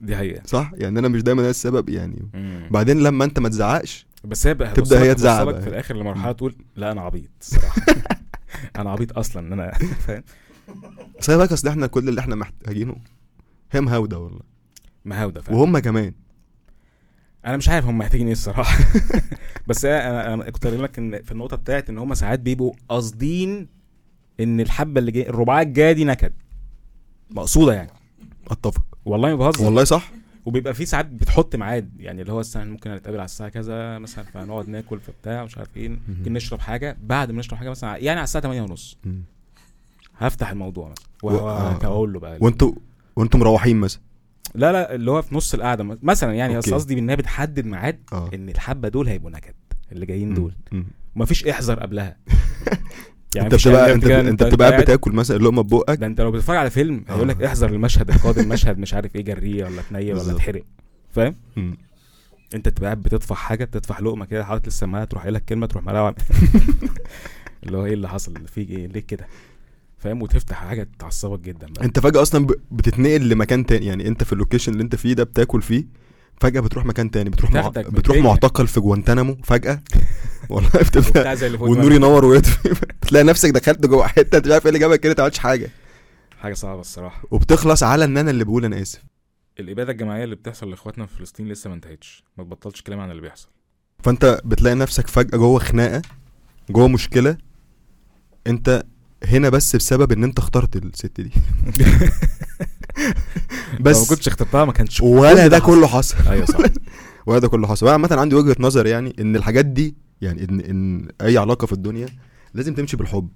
Speaker 3: دي حقيقه
Speaker 2: صح يعني انا مش دايما انا السبب يعني
Speaker 3: مم.
Speaker 2: بعدين لما انت ما تزعقش
Speaker 3: بس هي بقى
Speaker 2: تبدأ
Speaker 3: هتوصلك-
Speaker 2: هي تزعق
Speaker 3: هتوصلك
Speaker 2: بقى.
Speaker 3: في الاخر لمرحله تقول لا انا عبيط صراحه انا عبيط اصلا ان انا فاهم
Speaker 2: خلي بالك اصل احنا كل اللي احنا محتاجينه هي مهاوده والله
Speaker 3: مهاوده فاهم
Speaker 2: وهم كمان
Speaker 3: انا مش عارف هم محتاجين ايه الصراحه بس انا انا كنت قايل لك ان في النقطه بتاعت ان هم ساعات بيبقوا قاصدين ان الحبه اللي جايه الرباعيه الجايه دي نكد مقصوده يعني
Speaker 2: اتفق
Speaker 3: والله ما بهزر
Speaker 2: والله صح
Speaker 3: وبيبقى في ساعات بتحط ميعاد يعني اللي هو مثلا ممكن هنتقابل على الساعه كذا مثلا فهنقعد ناكل فبتاع مش عارف ايه ممكن نشرب حاجه بعد ما نشرب حاجه مثلا يعني على الساعه 8:30
Speaker 2: مم.
Speaker 3: هفتح الموضوع مثلا
Speaker 2: و- آه.
Speaker 3: وهقول له بقى
Speaker 2: وانتوا وانتوا مروحين مثلا
Speaker 3: لا لا اللي هو في نص القعده م- مثلا يعني بس
Speaker 2: أوكي.
Speaker 3: قصدي بانها بتحدد ميعاد
Speaker 2: اه
Speaker 3: ان الحبه دول هيبقوا نكد اللي جايين
Speaker 2: مم.
Speaker 3: دول
Speaker 2: مم.
Speaker 3: ومفيش احذر قبلها يعني
Speaker 2: انت
Speaker 3: مفيش
Speaker 2: بتبقى
Speaker 3: قبلها
Speaker 2: انت
Speaker 3: كده
Speaker 2: انت بتبقى قاعد
Speaker 3: قاعد-
Speaker 2: بتاكل مثلا لقمه ببقك
Speaker 3: ده انت لو بتتفرج على فيلم
Speaker 2: آه.
Speaker 3: هيقول لك احذر المشهد القادم مشهد مش عارف ايه جريه ولا تنيه ولا
Speaker 2: بالظبط.
Speaker 3: اتحرق فاهم
Speaker 2: مم.
Speaker 3: انت بتبقى قاعد بتطفح حاجه بتطفح لقمه كده حاطط السماعه تروح قايل لك كلمه تروح ملاوع اللي هو ايه اللي حصل في ايه ليه كده فاهم وتفتح حاجه تعصبك جدا بقى
Speaker 2: انت فجاه اصلا ب- بتتنقل لمكان تاني يعني انت في اللوكيشن اللي انت فيه ده بتاكل فيه فجاه بتروح مكان تاني بتروح مع...
Speaker 3: بتاخدك من
Speaker 2: بتروح
Speaker 3: الدنيا.
Speaker 2: معتقل في جوانتانامو فجاه والله بتبدا
Speaker 3: وبتاع زي اللي فوق
Speaker 2: والنور
Speaker 3: دماغك.
Speaker 2: ينور ويطفي بتلاقي نفسك دخلت جوه حته انت مش عارف ايه اللي جابك كده انت ما عملتش حاجه
Speaker 3: حاجه صعبه الصراحه
Speaker 2: وبتخلص على ان انا اللي بقول انا اسف
Speaker 3: الاباده الجماعيه اللي بتحصل لاخواتنا في فلسطين لسه ما انتهتش ما تبطلش كلام عن اللي بيحصل
Speaker 2: فانت بتلاقي نفسك فجاه جوه خناقه جوه مشكله انت هنا بس بسبب ان انت اخترت الست دي
Speaker 3: لو ما
Speaker 2: بس
Speaker 3: كنتش اخترتها ما كانش
Speaker 2: ولا
Speaker 3: كل
Speaker 2: ده كله حصل
Speaker 3: ايوه صح
Speaker 2: ولا ده كله حصل انا عامه عندي وجهه نظر يعني ان الحاجات دي يعني ان ان اي علاقه في الدنيا لازم تمشي بالحب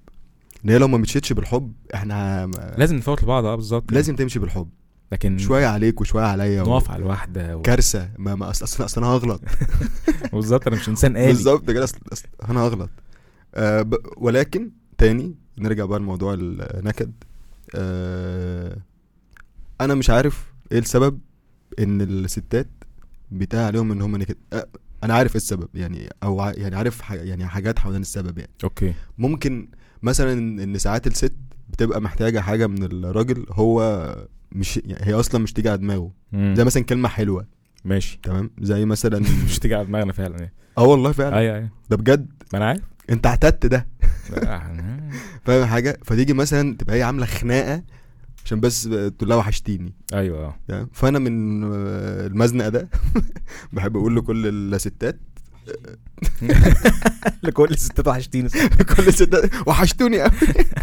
Speaker 2: ان هي لو ما مشيتش بالحب احنا ه-
Speaker 3: لازم نفوت لبعض اه بالظبط
Speaker 2: لازم تمشي بالحب
Speaker 3: لكن
Speaker 2: شويه عليك وشويه عليا و...
Speaker 3: نقف على الواحده و...
Speaker 2: كارثه ما, ما اصل اصل أصل انا هغلط
Speaker 3: بالظبط انا مش انسان آلي
Speaker 2: بالظبط كده اصل أصل انا هغلط آه ب... ولكن تاني نرجع بقى لموضوع النكد آه انا مش عارف ايه السبب ان الستات بيتقال عليهم ان هم نكد آه انا عارف ايه السبب يعني او ع... يعني عارف ح... يعني حاجات حوالين السبب يعني
Speaker 3: اوكي
Speaker 2: ممكن مثلا ان ساعات الست بتبقى محتاجه حاجه من الراجل هو مش يعني هي اصلا مش تيجي على دماغه
Speaker 3: مم.
Speaker 2: زي مثلا كلمه حلوه
Speaker 3: ماشي
Speaker 2: تمام زي مثلا
Speaker 3: مش تيجي على دماغنا فعلا يعني
Speaker 2: اه والله فعلا
Speaker 3: ايوه ايوه
Speaker 2: ده بجد
Speaker 3: ما انا عارف
Speaker 2: انت اعتدت ده
Speaker 3: لا، آه.
Speaker 2: فاهم حاجه فتيجي مثلا تبقى هي عامله خناقه عشان بس تقول لها وحشتيني
Speaker 3: ايوه اه
Speaker 2: تمام؟ فانا من آه، المزنق ده بحب اقول لكل الستات
Speaker 4: لكل الستات وحشتيني
Speaker 2: كل الستات وحشتوني قوي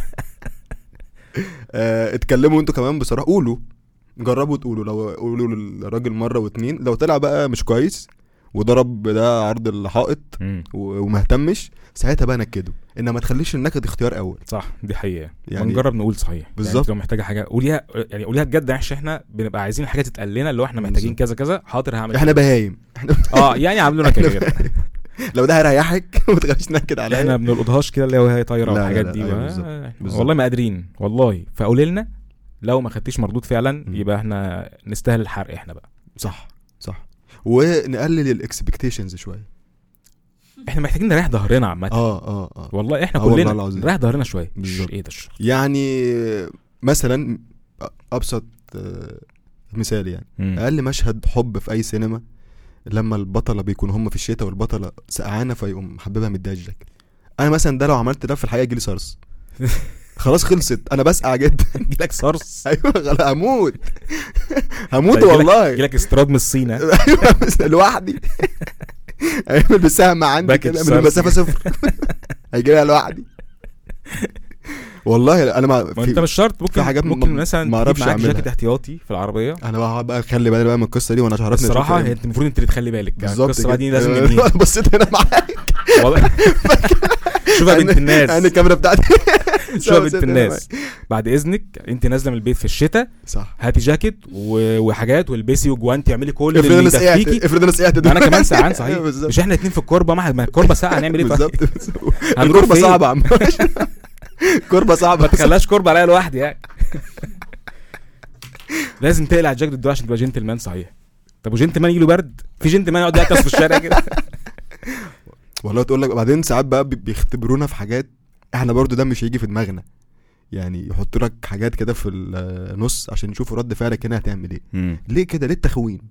Speaker 2: آه، اتكلموا انتوا كمان بصراحه قولوا جربوا تقولوا لو قولوا للراجل مره واتنين لو طلع بقى مش كويس وضرب ده عرض الحائط
Speaker 3: مم.
Speaker 2: و- ومهتمش ساعتها بقى نكده انما ما تخليش النكد اختيار اول
Speaker 3: صح دي حقيقه يعني
Speaker 2: يعني-
Speaker 3: بنجرب نقول صحيح يعني
Speaker 2: بالظبط.
Speaker 3: أنت لو محتاجه حاجه قوليها يعني قوليها بجد عشان احنا بنبقى عايزين حاجه تتقال لنا اللي هو احنا محتاجين كذا كذا حاضر هعمل
Speaker 2: احنا بهايم
Speaker 3: كده. اه يعني عاملونا كده يعني
Speaker 2: لو ده هيريحك ما تخليش نكد عليا
Speaker 3: احنا ما بنلقطهاش كده اللي هو هي طايره
Speaker 2: لا، لا،
Speaker 3: والحاجات
Speaker 2: لا،
Speaker 3: دي
Speaker 2: أيوة،
Speaker 3: بقى.
Speaker 2: بالظبط،
Speaker 3: إحنا
Speaker 2: بالظبط.
Speaker 3: والله ما قادرين والله فقولي لنا لو ما خدتيش مردود فعلا
Speaker 2: مم.
Speaker 3: يبقى احنا نستاهل الحرق احنا بقى
Speaker 2: صح صح ونقلل الاكسبكتيشنز شويه
Speaker 3: احنا محتاجين نريح ظهرنا عامه
Speaker 2: اه اه اه
Speaker 3: والله احنا
Speaker 2: آه، والله
Speaker 3: كلنا
Speaker 2: العظيم.
Speaker 3: نريح ظهرنا شويه
Speaker 2: بالظبط.
Speaker 3: ايه ده الشغل
Speaker 2: يعني مثلا ابسط آه، مثال يعني
Speaker 3: مم.
Speaker 2: اقل مشهد حب في اي سينما لما البطله بيكون هم في الشتاء والبطله سقعانه فيقوم حبيبها مديهالك انا مثلا ده لو عملت ده في الحقيقه يجيلي صرص خلاص خلصت انا بسقع جدا
Speaker 3: يجيلك صرص
Speaker 2: ايوه غلا- هموت هموت
Speaker 3: يجيلك-
Speaker 2: والله
Speaker 3: يجيلك استراب من الصين ها؟
Speaker 2: ايوه بس لوحدي هيعمل بالسهم عندي
Speaker 3: باكج
Speaker 2: كده من
Speaker 3: صرص.
Speaker 2: المسافه صفر هيجي لها لوحدي والله انا ما
Speaker 3: ما انت
Speaker 2: في
Speaker 3: مش شرط ممكن
Speaker 2: في حاجات ما-
Speaker 3: ممكن مثلا
Speaker 2: ما
Speaker 3: تجيب
Speaker 2: اعرفش
Speaker 3: معاك
Speaker 2: أعملها.
Speaker 3: جاكيت احتياطي في العربيه
Speaker 2: انا بقى, بقى خلي بالي بقى من القصه دي وانا شهرتني
Speaker 3: الصراحه انت المفروض انت اللي تخلي بالك يعني
Speaker 2: بالظبط
Speaker 3: القصه بقى دي
Speaker 2: كده.
Speaker 3: لازم ننهيها
Speaker 2: انا بصيت هنا معاك
Speaker 3: والله شوف يا بنت
Speaker 2: انا
Speaker 3: الناس
Speaker 2: يعني الكاميرا بتاعتي
Speaker 3: شوف يا بنت الناس بعد اذنك انت نازله من البيت في الشتاء
Speaker 2: صح
Speaker 3: هاتي جاكيت و... وحاجات والبسي وجوانتي اعملي كل
Speaker 2: افرض
Speaker 3: اللي
Speaker 2: انا سقعت
Speaker 3: يكفيكي
Speaker 2: افرض انا سقعت
Speaker 3: انا كمان سقعان صحيح
Speaker 2: أيوة بالظبط
Speaker 3: مش احنا اتنين في الكوربه ما ما الكوربه ساقعه هنعمل ايه طيب
Speaker 2: بالظبط
Speaker 3: هنروح
Speaker 2: الكربه
Speaker 3: فين؟
Speaker 2: صعبه يا عم كربه
Speaker 3: ما
Speaker 2: صعبه
Speaker 3: تخليهاش كوربه عليا لوحدي يعني لازم تقلع الجاكيت ده عشان تبقى جنتلمان صحيح طب وجنتلمان يجي له برد في جنتلمان يقعد يعطس في الشارع كده
Speaker 2: والله تقول لك بعدين ساعات بقى بي- بيختبرونا في حاجات احنا برضو ده مش هيجي في دماغنا يعني يحط لك حاجات كده في النص عشان يشوفوا رد فعلك هنا هتعمل ايه ليه كده ليه التخوين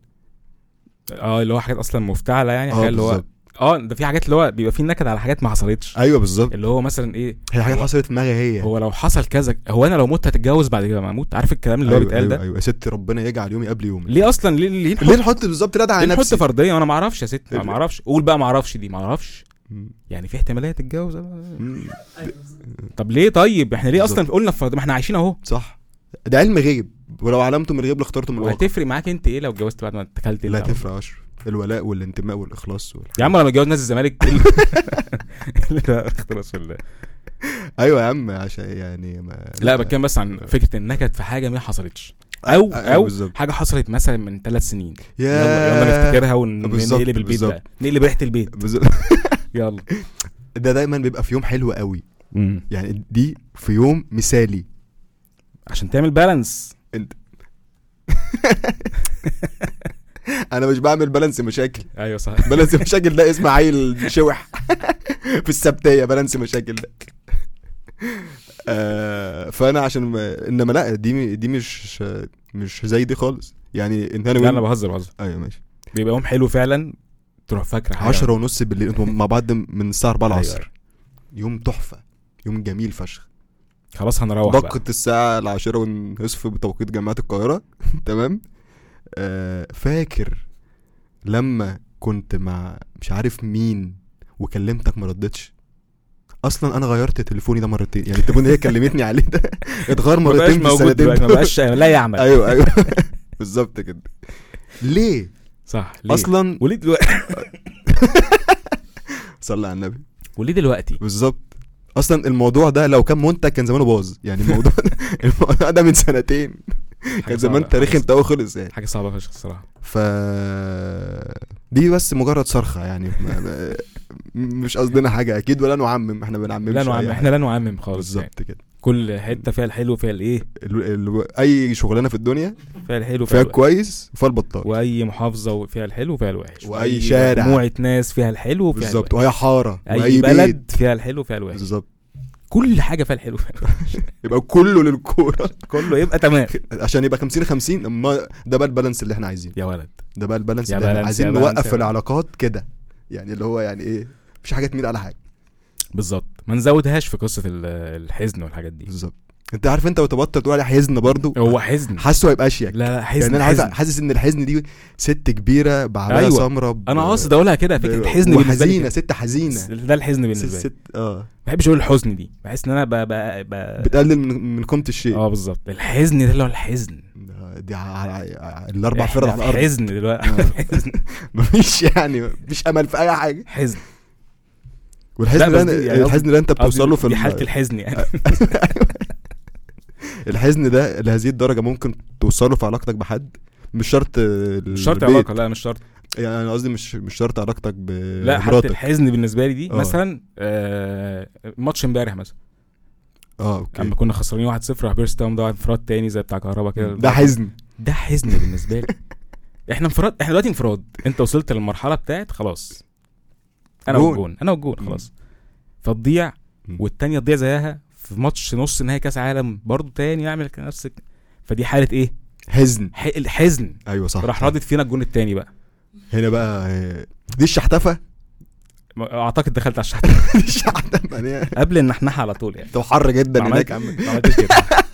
Speaker 3: اه اللي هو حاجات اصلا مفتعله يعني حاجات
Speaker 2: اه
Speaker 3: اللي هو
Speaker 2: بالظبط
Speaker 3: اه ده في حاجات اللي هو بيبقى فيه نكد على حاجات ما حصلتش
Speaker 2: ايوه بالظبط
Speaker 3: اللي هو مثلا ايه
Speaker 2: هي حاجات حصلت في دماغي هي
Speaker 3: هو لو حصل كذا هو انا لو مت هتتجوز بعد كده ما اموت عارف الكلام اللي هو
Speaker 2: أيوة
Speaker 3: بيتقال
Speaker 2: أيوة
Speaker 3: ده
Speaker 2: ايوه يا ستي ربنا يجعل يومي قبل يومك
Speaker 3: ليه اصلا ليه ليه نحط
Speaker 2: ليه نحط بالظبط لا ده على
Speaker 3: ليه نحط
Speaker 2: نفسي
Speaker 3: فرديه وانا ما اعرفش يا ست
Speaker 2: ال-
Speaker 3: ما اعرفش قول بقى ما اعرفش دي ما اعرفش
Speaker 2: مم.
Speaker 3: يعني في احتماليه تتجوز آه.
Speaker 2: مم.
Speaker 3: طب ليه طيب احنا ليه اصلا
Speaker 2: بالظبط.
Speaker 3: قلنا في فرض- ما احنا عايشين اهو
Speaker 2: صح ده علم غيب ولو علمته من الغيب لاخترته من الواقع
Speaker 3: وهتفرق معاك انت ايه لو اتجوزت بعد ما اتكلت
Speaker 2: لا
Speaker 3: انت؟
Speaker 2: تفرق يا اشرف الولاء والانتماء والاخلاص والحاجات.
Speaker 3: يا عم لما اتجوز ناس الزمالك إيه لا اختلاس ولا
Speaker 2: ايوه يا عم عشان يعني ما
Speaker 3: لا بتكلم بس عن فكره النكد في حاجه ما حصلتش او
Speaker 2: أيوة
Speaker 3: او
Speaker 2: بالظبط.
Speaker 3: حاجه حصلت مثلا من ثلاث سنين
Speaker 2: يا
Speaker 3: يلا يلا نفتكرها ون-
Speaker 2: بالظبط،
Speaker 3: ونقلب البيت
Speaker 2: بالظبط.
Speaker 3: بقى نقلب ريحه البيت
Speaker 2: بالظبط.
Speaker 3: يلا
Speaker 2: ده دايما بيبقى في يوم حلو قوي يعني دي في يوم مثالي
Speaker 3: عشان تعمل بالانس
Speaker 2: انا مش بعمل بالانس مشاكل
Speaker 3: ايوه صح
Speaker 2: بالانس مشاكل ده اسم عيل شوح في السبتيه بالانس مشاكل ده آه فانا عشان ما انما لا دي دي مش مش زي دي خالص يعني انت انا
Speaker 3: لا انا
Speaker 2: وين-
Speaker 3: بهزر بهزر
Speaker 2: ايوه ماشي
Speaker 3: بيبقى يوم حلو فعلا تروح فاكره حاجة.
Speaker 2: 10 ونص بالليل انتوا مع بعض من الساعه 4
Speaker 3: أيوة.
Speaker 2: العصر يوم تحفه يوم جميل فشخ
Speaker 3: خلاص هنروح بقى
Speaker 2: دقت الساعة العاشرة ونصف بتوقيت جامعة القاهرة تمام آه فاكر لما كنت مع مش عارف مين وكلمتك ما ردتش اصلا انا غيرت تليفوني ده مرتين يعني التليفون اللي هي كلمتني عليه ده اتغير
Speaker 3: ما بقاش
Speaker 2: مرتين في
Speaker 3: موجود
Speaker 2: السنتين
Speaker 3: دلوقتي ما
Speaker 2: دول.
Speaker 3: بقاش لا يعمل
Speaker 2: ايوه ايوه بالظبط كده ليه؟,
Speaker 3: صح ليه؟
Speaker 2: اصلا
Speaker 3: وليه دلوقتي
Speaker 2: صلى على النبي
Speaker 3: وليه دلوقتي
Speaker 2: بالظبط اصلا الموضوع ده لو كان منتج كان زمانه باظ يعني الموضوع ده الموضوع ده من سنتين
Speaker 3: حاجة
Speaker 2: كان زمان
Speaker 3: صعبة،
Speaker 2: تاريخ
Speaker 3: حاجة-
Speaker 2: انت خلص يعني
Speaker 3: حاجه صعبه فشخ الصراحه
Speaker 2: ف دي بس مجرد صرخه يعني ما- ما- مش قصدنا حاجه اكيد ولا نعمم احنا بنعممش
Speaker 3: لا نعمم
Speaker 2: أي
Speaker 3: احنا
Speaker 2: حاجة.
Speaker 3: لا نعمم خالص يعني.
Speaker 2: بالظبط كده
Speaker 3: كل حته فيها الحلو فيها الايه
Speaker 2: ال... ال... اي شغلانه في الدنيا
Speaker 3: فيها الحلو
Speaker 2: فيها
Speaker 3: فيها الوحش
Speaker 2: كويس وفيها البطال
Speaker 3: واي محافظه فيها الحلو فيها الوحش
Speaker 2: وأي شارع.
Speaker 3: مجموعه ناس فيها الحلو وفيها
Speaker 2: بالظبط وهي حاره
Speaker 3: الوحش.
Speaker 2: واي
Speaker 3: اي
Speaker 2: بلد
Speaker 3: بلد فيها الحلو فيها الوحش
Speaker 2: بالظبط
Speaker 3: كل حاجه فيها الحلو فيها الوحش
Speaker 2: يبقى كله للكوره
Speaker 3: كله يبقى تمام
Speaker 2: عشان يبقى 50 50 اما ده بقى البالانس اللي احنا عايزينه
Speaker 3: يا ولد
Speaker 2: ده بقى البالانس
Speaker 3: يا
Speaker 2: اللي احنا
Speaker 3: بالانس، يا
Speaker 2: عايزين
Speaker 3: بالانس،
Speaker 2: نوقف
Speaker 3: يا
Speaker 2: العلاقات كده يعني اللي هو يعني ايه مفيش حاجه تميل على حاجه
Speaker 3: بالظبط ما نزودهاش في قصه ال- الحزن والحاجات دي
Speaker 2: بالظبط انت عارف انت وتبطل تقول عليه حزن برضه
Speaker 3: هو حزن
Speaker 2: حاسه هيبقى اشيك
Speaker 3: لا لا حزن
Speaker 2: يعني انا عايز
Speaker 3: حزن.
Speaker 2: حاسس ان الحزن دي ست كبيره بعملها
Speaker 3: أيوة.
Speaker 2: أيوة. سمره ب-
Speaker 3: انا قاصد اقولها كده
Speaker 2: ب-
Speaker 3: فكره حزن بالنسبه لي
Speaker 2: وحزينه
Speaker 3: كده.
Speaker 2: ست حزينه
Speaker 3: ده الحزن بالنسبه لي
Speaker 2: ست اه
Speaker 3: ما بحبش اقول الحزن دي بحس ان انا ب... ب... ب...
Speaker 2: بتقلل من, من قيمه الشيء
Speaker 3: اه بالظبط الحزن ده اللي هو الحزن
Speaker 2: ده- دي ع- ع- ع- الاربع
Speaker 3: إحنا
Speaker 2: فرد على آه.
Speaker 3: في
Speaker 2: الارض
Speaker 3: حزن دلوقتي حزن
Speaker 2: مفيش يعني مفيش امل في اي حاجه
Speaker 3: حزن
Speaker 2: والحزن
Speaker 3: لا،
Speaker 2: اللي
Speaker 3: بس دي-
Speaker 2: أنا-
Speaker 3: يعني
Speaker 2: الحزن اللي انت بتوصل له في
Speaker 3: دي
Speaker 2: ال- آه،
Speaker 3: حاله الحزن يعني
Speaker 2: الحزن ده لهذه الدرجه ممكن توصله في علاقتك بحد مش شرط ال-
Speaker 3: مش شرط
Speaker 2: البيت.
Speaker 3: علاقه لا مش شرط
Speaker 2: يعني انا قصدي مش مش شرط علاقتك ب
Speaker 3: لا حاله
Speaker 2: مراتك.
Speaker 3: الحزن بالنسبه لي دي
Speaker 2: آه.
Speaker 3: مثلا آه، ماتش امبارح مثلا
Speaker 2: اه اوكي
Speaker 3: لما كنا خسرانين 1-0 راح بيرست تاون ضاع انفراد تاني زي بتاع كهربا كده
Speaker 2: ده حزن
Speaker 3: ده حزن بالنسبه لي احنا انفراد احنا دلوقتي انفراد انت وصلت للمرحله بتاعت خلاص انا
Speaker 2: جون.
Speaker 3: والجون انا والجون خلاص فتضيع
Speaker 2: مم.
Speaker 3: والتانيه تضيع زيها في ماتش نص نهائي كاس عالم برضه تاني يعمل نفس الك- فدي حاله ايه
Speaker 2: حزن
Speaker 3: ح- الحزن
Speaker 2: ايوه صح
Speaker 3: راح
Speaker 2: صح.
Speaker 3: رادت فينا الجون التاني بقى
Speaker 2: هنا بقى آه، دي الشحتفه
Speaker 3: ما- اعتقد دخلت على الشحطه
Speaker 2: دي الشحتفه يعني
Speaker 3: قبل النحنحه على طول يعني
Speaker 2: انت حر جدا
Speaker 3: ما
Speaker 2: هناك
Speaker 3: عملتش-
Speaker 2: يا عم
Speaker 3: ما عملتش كده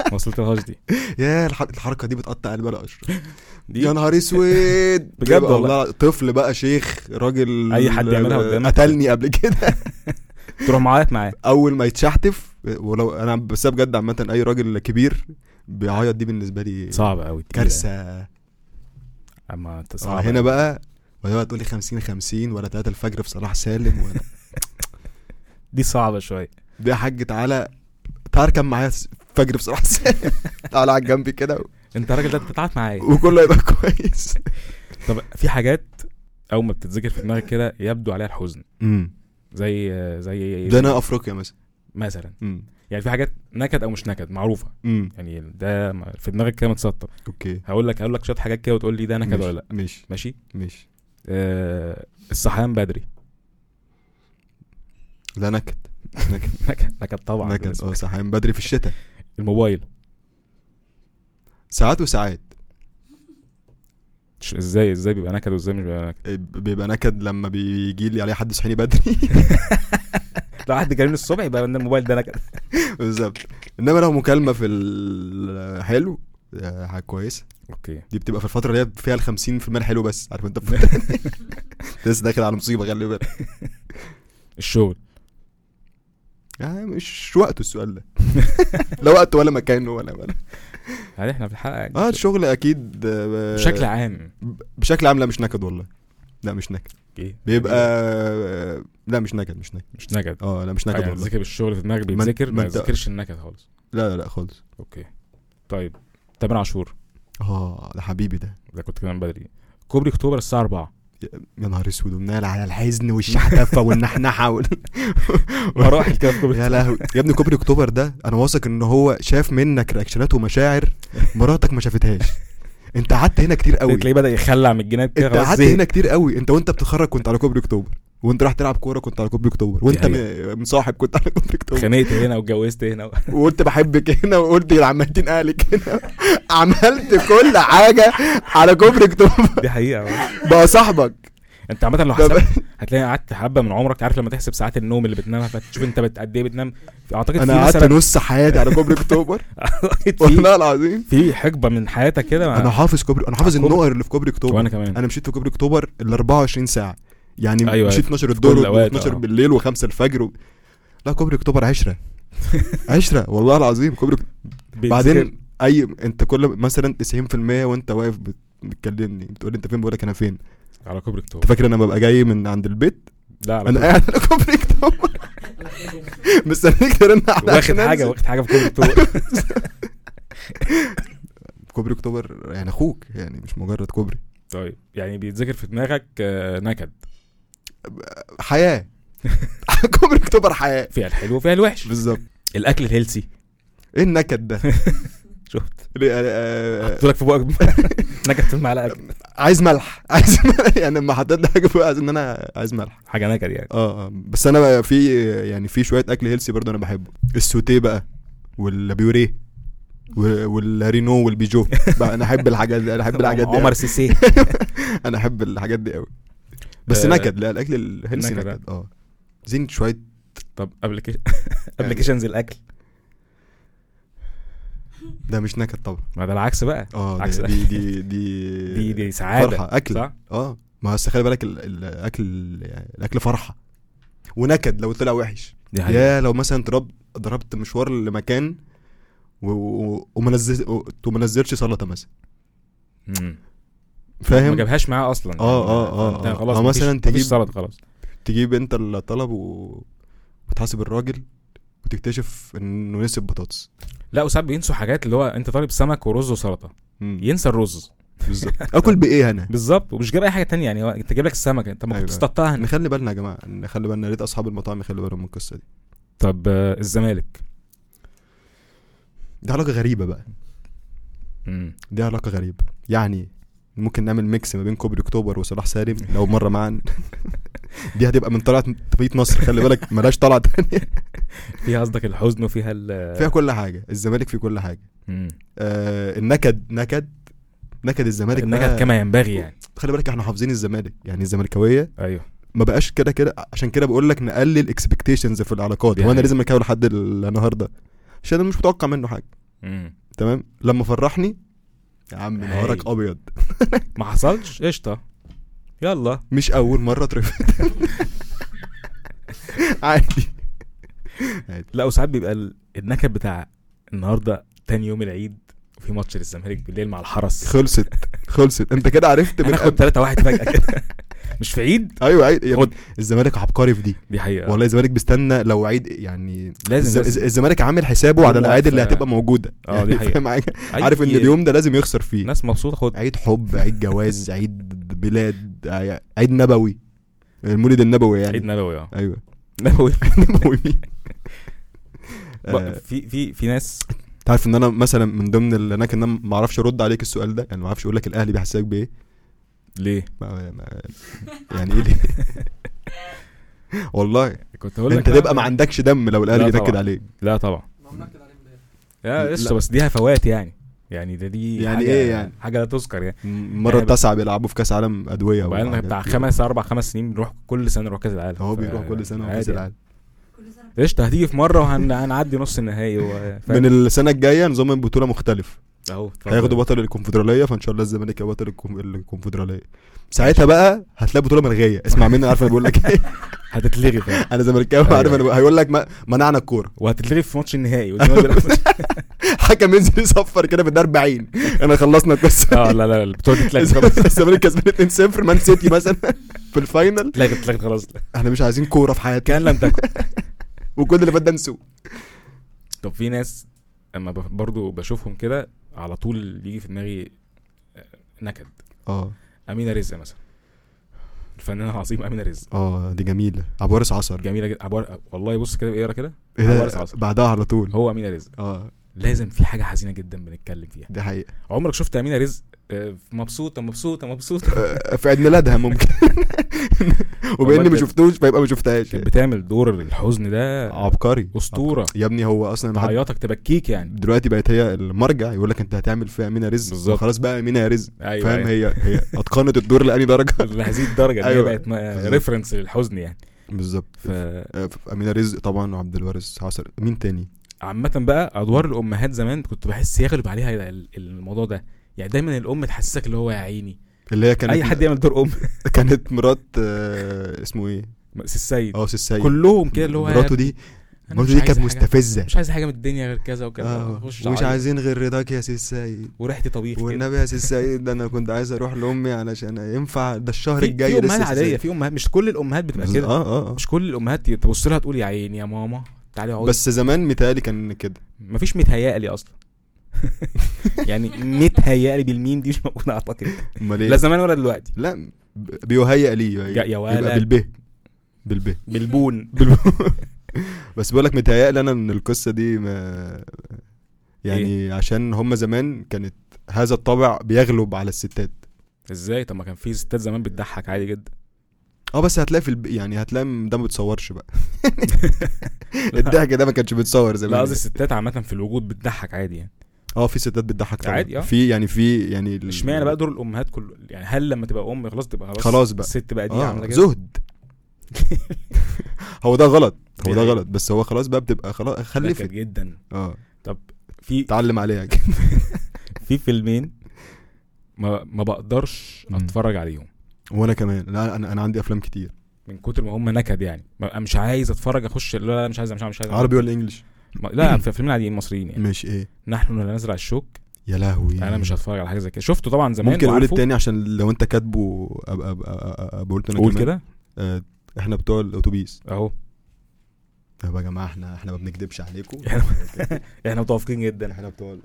Speaker 3: ما وصلتلهاش دي
Speaker 2: يا الح- الحركه دي بتقطع قلب انا اشرف
Speaker 3: دي
Speaker 2: يا نهار اسود
Speaker 3: بجد
Speaker 2: يبقى
Speaker 3: والله.
Speaker 2: طفل بقى شيخ راجل
Speaker 3: أي حد يعملها قدامك.
Speaker 2: قتلني قبل كده
Speaker 3: تروح معيط معاه
Speaker 2: اول ما يتشحتف ولو انا بس بجد عامه اي راجل كبير بيعيط دي بالنسبه لي
Speaker 3: صعب قوي
Speaker 2: كارثه
Speaker 3: اما انت
Speaker 2: آه،
Speaker 3: صعب
Speaker 2: هنا
Speaker 3: أوي.
Speaker 2: بقى ولا تقول لي 50 50 ولا 3 الفجر في صلاح سالم ولا
Speaker 3: دي صعبه شويه
Speaker 2: ده يا حاج تعالى تعالى كان معايا س- فجر في صلاح سالم تعالى على جنبي كده و-
Speaker 3: انت الراجل ده بتتعاط معايا
Speaker 2: وكله هيبقى كويس
Speaker 3: طب في حاجات اول ما بتتذكر في دماغك كده يبدو عليها الحزن زي زي
Speaker 2: ده انا افريقيا مثلا
Speaker 3: مثلا
Speaker 2: امم
Speaker 3: يعني في حاجات نكد او مش نكد معروفه
Speaker 2: امم
Speaker 3: يعني ده م- في دماغك كده متسطر
Speaker 2: اوكي
Speaker 3: هقول لك هقول لك شويه حاجات كده وتقول لي ده نكد ولا لا
Speaker 2: مش
Speaker 3: ماشي
Speaker 2: مش
Speaker 3: آه الصحيان بدري
Speaker 2: لا نكد نكد
Speaker 3: نكد نكد طبعا
Speaker 2: نكد
Speaker 3: بالنسبة
Speaker 2: اه
Speaker 3: لك.
Speaker 2: صحيان بدري في الشتاء
Speaker 3: الموبايل
Speaker 2: ساعات وساعات
Speaker 3: ش- ازاي ازاي بيبقى نكد وازاي مش بيبقى نكد
Speaker 2: إيه، بيبقى نكد لما بيجي لي عليه حد صحيني بدري
Speaker 3: لو حد كلمني الصبح يبقى ان الموبايل ده نكد
Speaker 2: بالظبط انما لو مكالمه في الحلو آه، حاجه كويسه
Speaker 3: اوكي
Speaker 2: دي بتبقى في الفترة اللي هي فيها ال 50% الحلو بس عارف انت في- لسه داخل على مصيبة خلي بالك
Speaker 3: الشغل
Speaker 2: يعني مش وقته السؤال ده لا وقت ولا مكان ولا ولا
Speaker 3: هل احنا في الحلقه يعني
Speaker 2: اه الشغل اكيد آه،
Speaker 3: بشكل عام
Speaker 2: بشكل عام لا مش نكد والله لا مش نكد
Speaker 3: اوكي
Speaker 2: بيبقى آه، لا مش نكد مش نكد
Speaker 3: إيه؟ مش نكد
Speaker 2: اه لا مش
Speaker 3: آه،
Speaker 2: نكد
Speaker 3: يعني
Speaker 2: والله
Speaker 3: ذاكر الشغل في دماغك
Speaker 2: ما-
Speaker 3: بيتذكر
Speaker 2: ما
Speaker 3: ما
Speaker 2: انت-
Speaker 3: يذاكرش النكد خالص
Speaker 2: لا لا لا خالص
Speaker 3: اوكي طيب تامر عاشور
Speaker 2: اه ده حبيبي ده
Speaker 3: ده كنت كمان بدري كوبري اكتوبر الساعه 4
Speaker 2: يا نهار اسود ومنال على الحزن والشحتفه والنحنحه وال...
Speaker 3: مراحل كده في كوبري
Speaker 2: يا لهوي يا ابني كوبري اكتوبر ده انا واثق ان هو شاف منك رياكشنات ومشاعر مراتك ما شافتهاش انت قعدت هنا كتير قوي
Speaker 3: تلاقيه بدا يخلع من الجناب كده
Speaker 2: انت
Speaker 3: خلاص إيه،
Speaker 2: قعدت
Speaker 3: زهق.
Speaker 2: هنا كتير قوي انت وانت بتتخرج كنت على كوبري اكتوبر وانت راح تلعب كوره كنت على كوبري اكتوبر وانت
Speaker 3: دي
Speaker 2: م- مصاحب كنت على كوبري اكتوبر
Speaker 3: اتخانقت هنا واتجوزت هنا
Speaker 2: وقلت بحبك هنا وقلت لعمتين اهلك هنا عملت كل حاجه على كوبري اكتوبر
Speaker 3: دي حقيقه والله.
Speaker 2: بقى صاحبك
Speaker 3: انت عامه لو
Speaker 2: بقى-
Speaker 3: حسبت هتلاقي قعدت حبه من عمرك عارف لما تحسب ساعات النوم اللي بتنامها فتشوف انت بت- قد ايه بتنام اعتقد في
Speaker 2: انا قعدت
Speaker 3: مثلا
Speaker 2: نص حياتي على كوبري اكتوبر
Speaker 3: أعتقد في
Speaker 2: والله العظيم
Speaker 3: في حقبه من حياتك كده مع-
Speaker 2: انا حافظ كوبري انا حافظ
Speaker 3: آه. كوبري-
Speaker 2: النقر اللي في كوبري اكتوبر
Speaker 3: وانا كمان
Speaker 2: انا مشيت في كوبري اكتوبر ال 24 ساعه يعني
Speaker 3: أيوة،
Speaker 2: أيوة مشيت
Speaker 3: أيوة.
Speaker 2: 12
Speaker 3: كل
Speaker 2: الظهر
Speaker 3: الأوقات،
Speaker 2: و12
Speaker 3: آه.
Speaker 2: بالليل و5 الفجر و... لا كوبري اكتوبر عشره عشره والله العظيم كوبري أكتوبر.
Speaker 3: بيتذكر-
Speaker 2: بعدين اي انت كل مثلا 90% وانت واقف بتكلمني بتقول لي انت فين بقول لك انا فين
Speaker 3: على كوبري اكتوبر
Speaker 2: انت فاكر انا ببقى جاي من عند البيت
Speaker 3: لا
Speaker 2: انا
Speaker 3: على كوبري-
Speaker 2: قاعد على كوبري اكتوبر مستنيك ترن على
Speaker 3: واخد حاجه واخد حاجه في كوبري اكتوبر
Speaker 2: كوبري اكتوبر يعني اخوك يعني مش مجرد كوبري
Speaker 3: طيب يعني بيتذكر في دماغك آه، نكد
Speaker 2: حياه كوبري اكتوبر حياه
Speaker 3: فيها الحلو وفيها الوحش
Speaker 2: بالظبط
Speaker 3: الاكل الهيلسي
Speaker 2: ايه النكد ده
Speaker 3: شفت
Speaker 2: ليه- آه، آه،
Speaker 3: حطيت لك في بقك نكد في المعلقه
Speaker 2: عايز ملح عايز ملح يعني لما حطيت لي حاجه فوق عايز ان انا عايز ملح
Speaker 3: حاجه نكد يعني
Speaker 2: اه آه. بس انا بقى في يعني في شويه اكل هيلسي برضه انا بحبه السوتيه بقى والبيوريه و- والرينو والبيجو بقى انا احب الحاجات دي انا احب الحاجات دي يعني.
Speaker 3: عمر
Speaker 2: أوي.
Speaker 3: سيسي
Speaker 2: انا احب الحاجات دي قوي بس
Speaker 3: آه،
Speaker 2: نكد لا الاكل الهيلسي
Speaker 3: نكد، آه.
Speaker 2: نكد اه زين شويه يعني
Speaker 3: طب ابلكيشنز الاكل
Speaker 2: ده مش نكد طبعا
Speaker 3: ما ده العكس بقى
Speaker 2: اه
Speaker 3: عكس
Speaker 2: ده- دي دي دي
Speaker 3: دي دي سعاده
Speaker 2: آه، فرحة، أكل.
Speaker 3: صح؟
Speaker 2: اه ما هو أصل خلي بالك ال- الاكل الاكل فرحه ونكد لو طلع وحش
Speaker 3: دي حقيقة.
Speaker 2: يا لو مثلا ضربت ضربت مشوار لمكان و- و- وما نزل- و- وما نزلتش سلطه مثلا
Speaker 3: مم. ما
Speaker 2: فاهم
Speaker 3: جابهاش معاه اصلا
Speaker 2: آه، آه، آه،
Speaker 3: أنت
Speaker 2: آه.
Speaker 3: خلاص
Speaker 2: أو
Speaker 3: مفيش-
Speaker 2: مثلا
Speaker 3: مفيش
Speaker 2: تجيب-
Speaker 3: سلطه خلاص
Speaker 2: تجيب انت الطلب و... وتحاسب الراجل وتكتشف انه نسي البطاطس
Speaker 3: لا وساعات بينسوا حاجات اللي هو انت طالب سمك ورز وسلطه
Speaker 2: مم.
Speaker 3: ينسى الرز
Speaker 2: بالظبط اكل بايه انا
Speaker 3: بالظبط ومش جاب اي حاجه تانية يعني هو انت جايب لك السمك انت ما
Speaker 2: أيوة.
Speaker 3: كنت تصطادتها هنا.
Speaker 2: نخلي بالنا يا جماعه نخلي بالنا يا ريت اصحاب المطاعم يخلوا بالهم من القصه دي
Speaker 3: طب آه، الزمالك
Speaker 2: دي علاقه غريبه بقى
Speaker 3: مم.
Speaker 2: دي علاقه غريبه يعني ممكن نعمل ميكس ما بين كوبري اكتوبر وصلاح سالم لو مره معا دي هتبقى من طلعه تبيت مصر خلي بالك ملاش طلعه تانية
Speaker 3: فيها قصدك الحزن وفيها ال
Speaker 2: فيها كل حاجه الزمالك فيه كل حاجه
Speaker 3: مم.
Speaker 2: آه النكد نكد نكد الزمالك
Speaker 3: النكد
Speaker 2: بقى-
Speaker 3: كما ينبغي يعني
Speaker 2: خلي بالك احنا حافظين الزمالك يعني الزملكاويه
Speaker 3: ايوه
Speaker 2: ما بقاش كده كده عشان كده بقول لك نقلل اكسبكتيشنز في العلاقات
Speaker 3: دي
Speaker 2: هو انا
Speaker 3: حقيقة.
Speaker 2: لازم اكاول لحد النهارده عشان انا مش متوقع منه حاجه
Speaker 3: مم.
Speaker 2: تمام لما فرحني يا عم
Speaker 3: هاي.
Speaker 2: نهارك ابيض
Speaker 3: ما حصلش قشطه يلا
Speaker 2: مش اول مره اترفض عادي
Speaker 3: لا وساعات بيبقى ال- النكد بتاع النهارده تاني يوم العيد وفي ماتش للزمالك بالليل مع الحرس
Speaker 2: خلصت خلصت انت كده عرفت من
Speaker 3: هناخد
Speaker 2: قبل
Speaker 3: 3 1 فجاه كده مش في عيد
Speaker 2: ايوه عيد يا
Speaker 3: خد.
Speaker 2: ابني، الزمالك عبقري في دي
Speaker 3: دي حقيقه
Speaker 2: والله الزمالك بيستنى لو عيد يعني الز-
Speaker 3: لازم
Speaker 2: الز-
Speaker 3: لازم.
Speaker 2: الزمالك عامل حسابه على
Speaker 3: لا،
Speaker 2: الاعياد
Speaker 3: إيه ف-
Speaker 2: اللي هتبقى موجوده
Speaker 3: آه، دي حقيقة.
Speaker 2: فاهم حاجة؟
Speaker 3: أي
Speaker 2: عارف ان اليوم يعني ده لازم يخسر فيه
Speaker 3: ناس مبسوطه خد
Speaker 2: عيد حب عيد جواز عيد بلاد عي- عيد نبوي المولد النبوي يعني
Speaker 3: عيد نبوي اه
Speaker 2: ايوه
Speaker 3: نبوي
Speaker 2: نبوي مين؟ آه،
Speaker 3: بق- في في في ناس
Speaker 2: تعرف ان انا مثلا من ضمن اللي انا كان ما اعرفش ارد عليك السؤال ده يعني ما اعرفش اقول لك الاهلي بيحسسك بايه
Speaker 3: ليه
Speaker 2: ما- ما- يعني ايه ليه؟ والله
Speaker 3: كنت هقول لك
Speaker 2: انت
Speaker 3: لا،
Speaker 2: تبقى ما عندكش دم لو الاهلي
Speaker 3: لا
Speaker 2: بينكد
Speaker 3: طبعا.
Speaker 2: عليك
Speaker 3: لا طبعا
Speaker 2: لا.
Speaker 3: لا قشطه بس دي هفوات يعني يعني ده دي
Speaker 2: يعني
Speaker 3: حاجة-
Speaker 2: إيه يعني؟
Speaker 3: حاجه لا تذكر يعني
Speaker 2: المره
Speaker 3: يعني
Speaker 2: التاسعه بيلعبوا في كاس عالم ادويه
Speaker 3: بقالنا
Speaker 2: وحاجات
Speaker 3: بتاع
Speaker 2: كده.
Speaker 3: خمس اربع خمس سنين بنروح كل سنه نروح كاس العالم
Speaker 2: هو
Speaker 3: ف-
Speaker 2: بيروح كل سنه
Speaker 3: عادي
Speaker 2: كاس
Speaker 3: يعني.
Speaker 2: العالم
Speaker 3: قشطه هتيجي في مره وهنعدي نص النهائي و- ف-
Speaker 2: من السنه الجايه نظام البطوله مختلف
Speaker 3: اهو اتفضل.
Speaker 2: هياخدوا بطل الكونفدراليه فان شاء الله الزمالك هيبقى بطل الكون- الكونفدراليه ساعتها بقى هتلاقي بطوله ملغيه اسمع مني عارف انا بقول لك ايه
Speaker 3: هتتلغي فعلا.
Speaker 2: انا زملكاوي عارف
Speaker 3: أيوة.
Speaker 2: انا بقول- هيقول لك ما- منعنا الكوره
Speaker 3: وهتتلغي في ماتش النهائي والزمالك بيلعب-
Speaker 2: حكم ينزل يصفر كده في الدقيقه 40 انا خلصنا القصه
Speaker 3: اه لا لا لا البطوله دي اتلغت خلاص
Speaker 2: الزمالك كسبان 2-0 مان سيتي مثلا في الفاينل
Speaker 3: اتلغت اتلغت خلاص
Speaker 2: احنا مش عايزين كوره في حياتنا
Speaker 3: كان لم تكن
Speaker 2: وكل اللي فات ده نسوه
Speaker 3: طب في ناس اما ب- برضو بشوفهم كده على طول يجي في دماغي آه، نكد
Speaker 2: اه
Speaker 3: امينه رزق مثلا الفنانه العظيمه امينه رزق
Speaker 2: اه دي جميله عبارس عصر
Speaker 3: جميله جدا عبار والله بص كده اقرا كده
Speaker 2: ايه ده؟
Speaker 3: عبارس عصر.
Speaker 2: بعدها على طول
Speaker 3: هو امينه رزق
Speaker 2: اه
Speaker 3: لازم في حاجه حزينه جدا بنتكلم فيها
Speaker 2: دي حقيقه
Speaker 3: عمرك شفت امينه رزق آه، مبسوطه مبسوطه مبسوطه
Speaker 2: آه، في عيد ميلادها ممكن وباني
Speaker 3: والله
Speaker 2: ما
Speaker 3: بجد.
Speaker 2: شفتوش فيبقى ما شفتهاش أه.
Speaker 3: كانت بتعمل دور الحزن ده
Speaker 2: عبقري
Speaker 3: اسطوره
Speaker 2: يا ابني هو اصلا ما حد-
Speaker 3: تعيطك تبكيك يعني
Speaker 2: دلوقتي بقت هي المرجع يقول لك انت هتعمل فيها امينه رزق
Speaker 3: بالظبط.
Speaker 2: خلاص بقى امينه يا رزق
Speaker 3: ايوه
Speaker 2: فاهم
Speaker 3: فاهم
Speaker 2: هي هي اتقنت الدور لاني درجه
Speaker 3: لهذه الدرجه ان هي
Speaker 2: أيوة.
Speaker 3: بقت
Speaker 2: بالظبط.
Speaker 3: ريفرنس للحزن يعني
Speaker 2: بالظبط
Speaker 3: ف-
Speaker 2: آه، امينه رزق طبعا وعبد الوارث عصر مين تاني
Speaker 3: عامة بقى ادوار الامهات زمان كنت بحس يغلب عليها ال- ال- الموضوع ده يعني دايما الام تحسسك اللي هو يا عيني
Speaker 2: اللي هي كانت
Speaker 3: اي حد يعمل دور ام
Speaker 2: كانت مرات آه، اسمه ايه
Speaker 3: مأس السيد
Speaker 2: اه سي السيد
Speaker 3: كلهم كده اللي هو يا
Speaker 2: مراته
Speaker 3: ابني
Speaker 2: دي
Speaker 3: أنا
Speaker 2: مراته
Speaker 3: مش
Speaker 2: دي
Speaker 3: عايز
Speaker 2: كانت
Speaker 3: حاجة-
Speaker 2: مستفزه
Speaker 3: مش عايز حاجه من الدنيا غير كذا وكذا
Speaker 2: آه،
Speaker 3: خش
Speaker 2: مش
Speaker 3: أعيط.
Speaker 2: عايزين غير رضاك يا سي السيد
Speaker 3: وريحتي طبيخ كده.
Speaker 2: والنبي يا سي السيد ده انا كنت عايز اروح لامي علشان ينفع ده الشهر
Speaker 3: في
Speaker 2: الجاي
Speaker 3: في امهات
Speaker 2: لسه سي
Speaker 3: عاديه
Speaker 2: السيد.
Speaker 3: في امهات مش كل الامهات بتبقى
Speaker 2: بس-
Speaker 3: كده
Speaker 2: اه اه
Speaker 3: مش كل الامهات تبص لها تقول يا عيني يا ماما تعالي
Speaker 2: اه
Speaker 3: اقعد
Speaker 2: بس زمان متهيألي كان كده
Speaker 3: مفيش متهيألي اصلا يعني متهيألي بالميم دي مش موجوده اعتقد
Speaker 2: امال
Speaker 3: لا
Speaker 2: ايه
Speaker 3: زمان ولا دلوقتي
Speaker 2: لا ب- بيهيأ لي
Speaker 3: يا- يا
Speaker 2: يبقى
Speaker 3: ولد
Speaker 2: بالبه بالبه
Speaker 3: بالبون
Speaker 2: بس بقول لك متهيألي انا ان القصه دي ما يعني إيه؟ عشان هم زمان كانت هذا الطبع بيغلب على الستات
Speaker 3: ازاي طب ما كان في ستات زمان بتضحك عادي جدا
Speaker 2: اه بس هتلاقي في الب... يعني هتلاقي ده ما بيتصورش بقى الضحك ده ما كانش بيتصور زمان
Speaker 3: لا قصدي الستات عامه في الوجود بتضحك عادي يعني
Speaker 2: اه في ستات بتضحك طبعا
Speaker 3: عادي، اه.
Speaker 2: في يعني في يعني ال-
Speaker 3: اشمعنى بقى دور الامهات كله يعني هل لما تبقى ام خلاص تبقى خلاص
Speaker 2: خلاص بقى.
Speaker 3: الست بقى آه، دي عامله
Speaker 2: اه
Speaker 3: كده
Speaker 2: زهد هو ده غلط هو
Speaker 3: دي
Speaker 2: ده
Speaker 3: حقيقة. يعني
Speaker 2: غلط بس هو خلاص بقى بتبقى خلاص
Speaker 3: ده
Speaker 2: خلفت
Speaker 3: كان جدا
Speaker 2: اه
Speaker 3: طب في
Speaker 2: اتعلم عليها
Speaker 3: في فيلمين ما ما بقدرش
Speaker 2: مم.
Speaker 3: اتفرج عليهم
Speaker 2: وانا كمان لا انا انا عندي افلام كتير
Speaker 3: من كتر ما هم نكد يعني ببقى مش عايز اتفرج اخش لا لا مش عايز مش عايز, مش عايز
Speaker 2: عربي ولا انجلش
Speaker 3: ما- لا في فيلمين عاديين مصريين يعني
Speaker 2: مش ايه
Speaker 3: نحن لا نزرع الشوك
Speaker 2: يا لهوي
Speaker 3: انا يعني مش هتفرج على حاجه زي كده شفته طبعا زمان
Speaker 2: ممكن اقول
Speaker 3: وعارفه.
Speaker 2: التاني عشان لو انت كاتبه ابقى ابقى ابقى أبقى قلت انا
Speaker 3: قول
Speaker 2: كمان.
Speaker 3: كده
Speaker 2: آه، احنا بتوع الاتوبيس
Speaker 3: اهو
Speaker 2: طب يا جماعه احنا احنا ما بنكدبش عليكم
Speaker 3: احنا متوافقين جدا
Speaker 2: احنا بتوع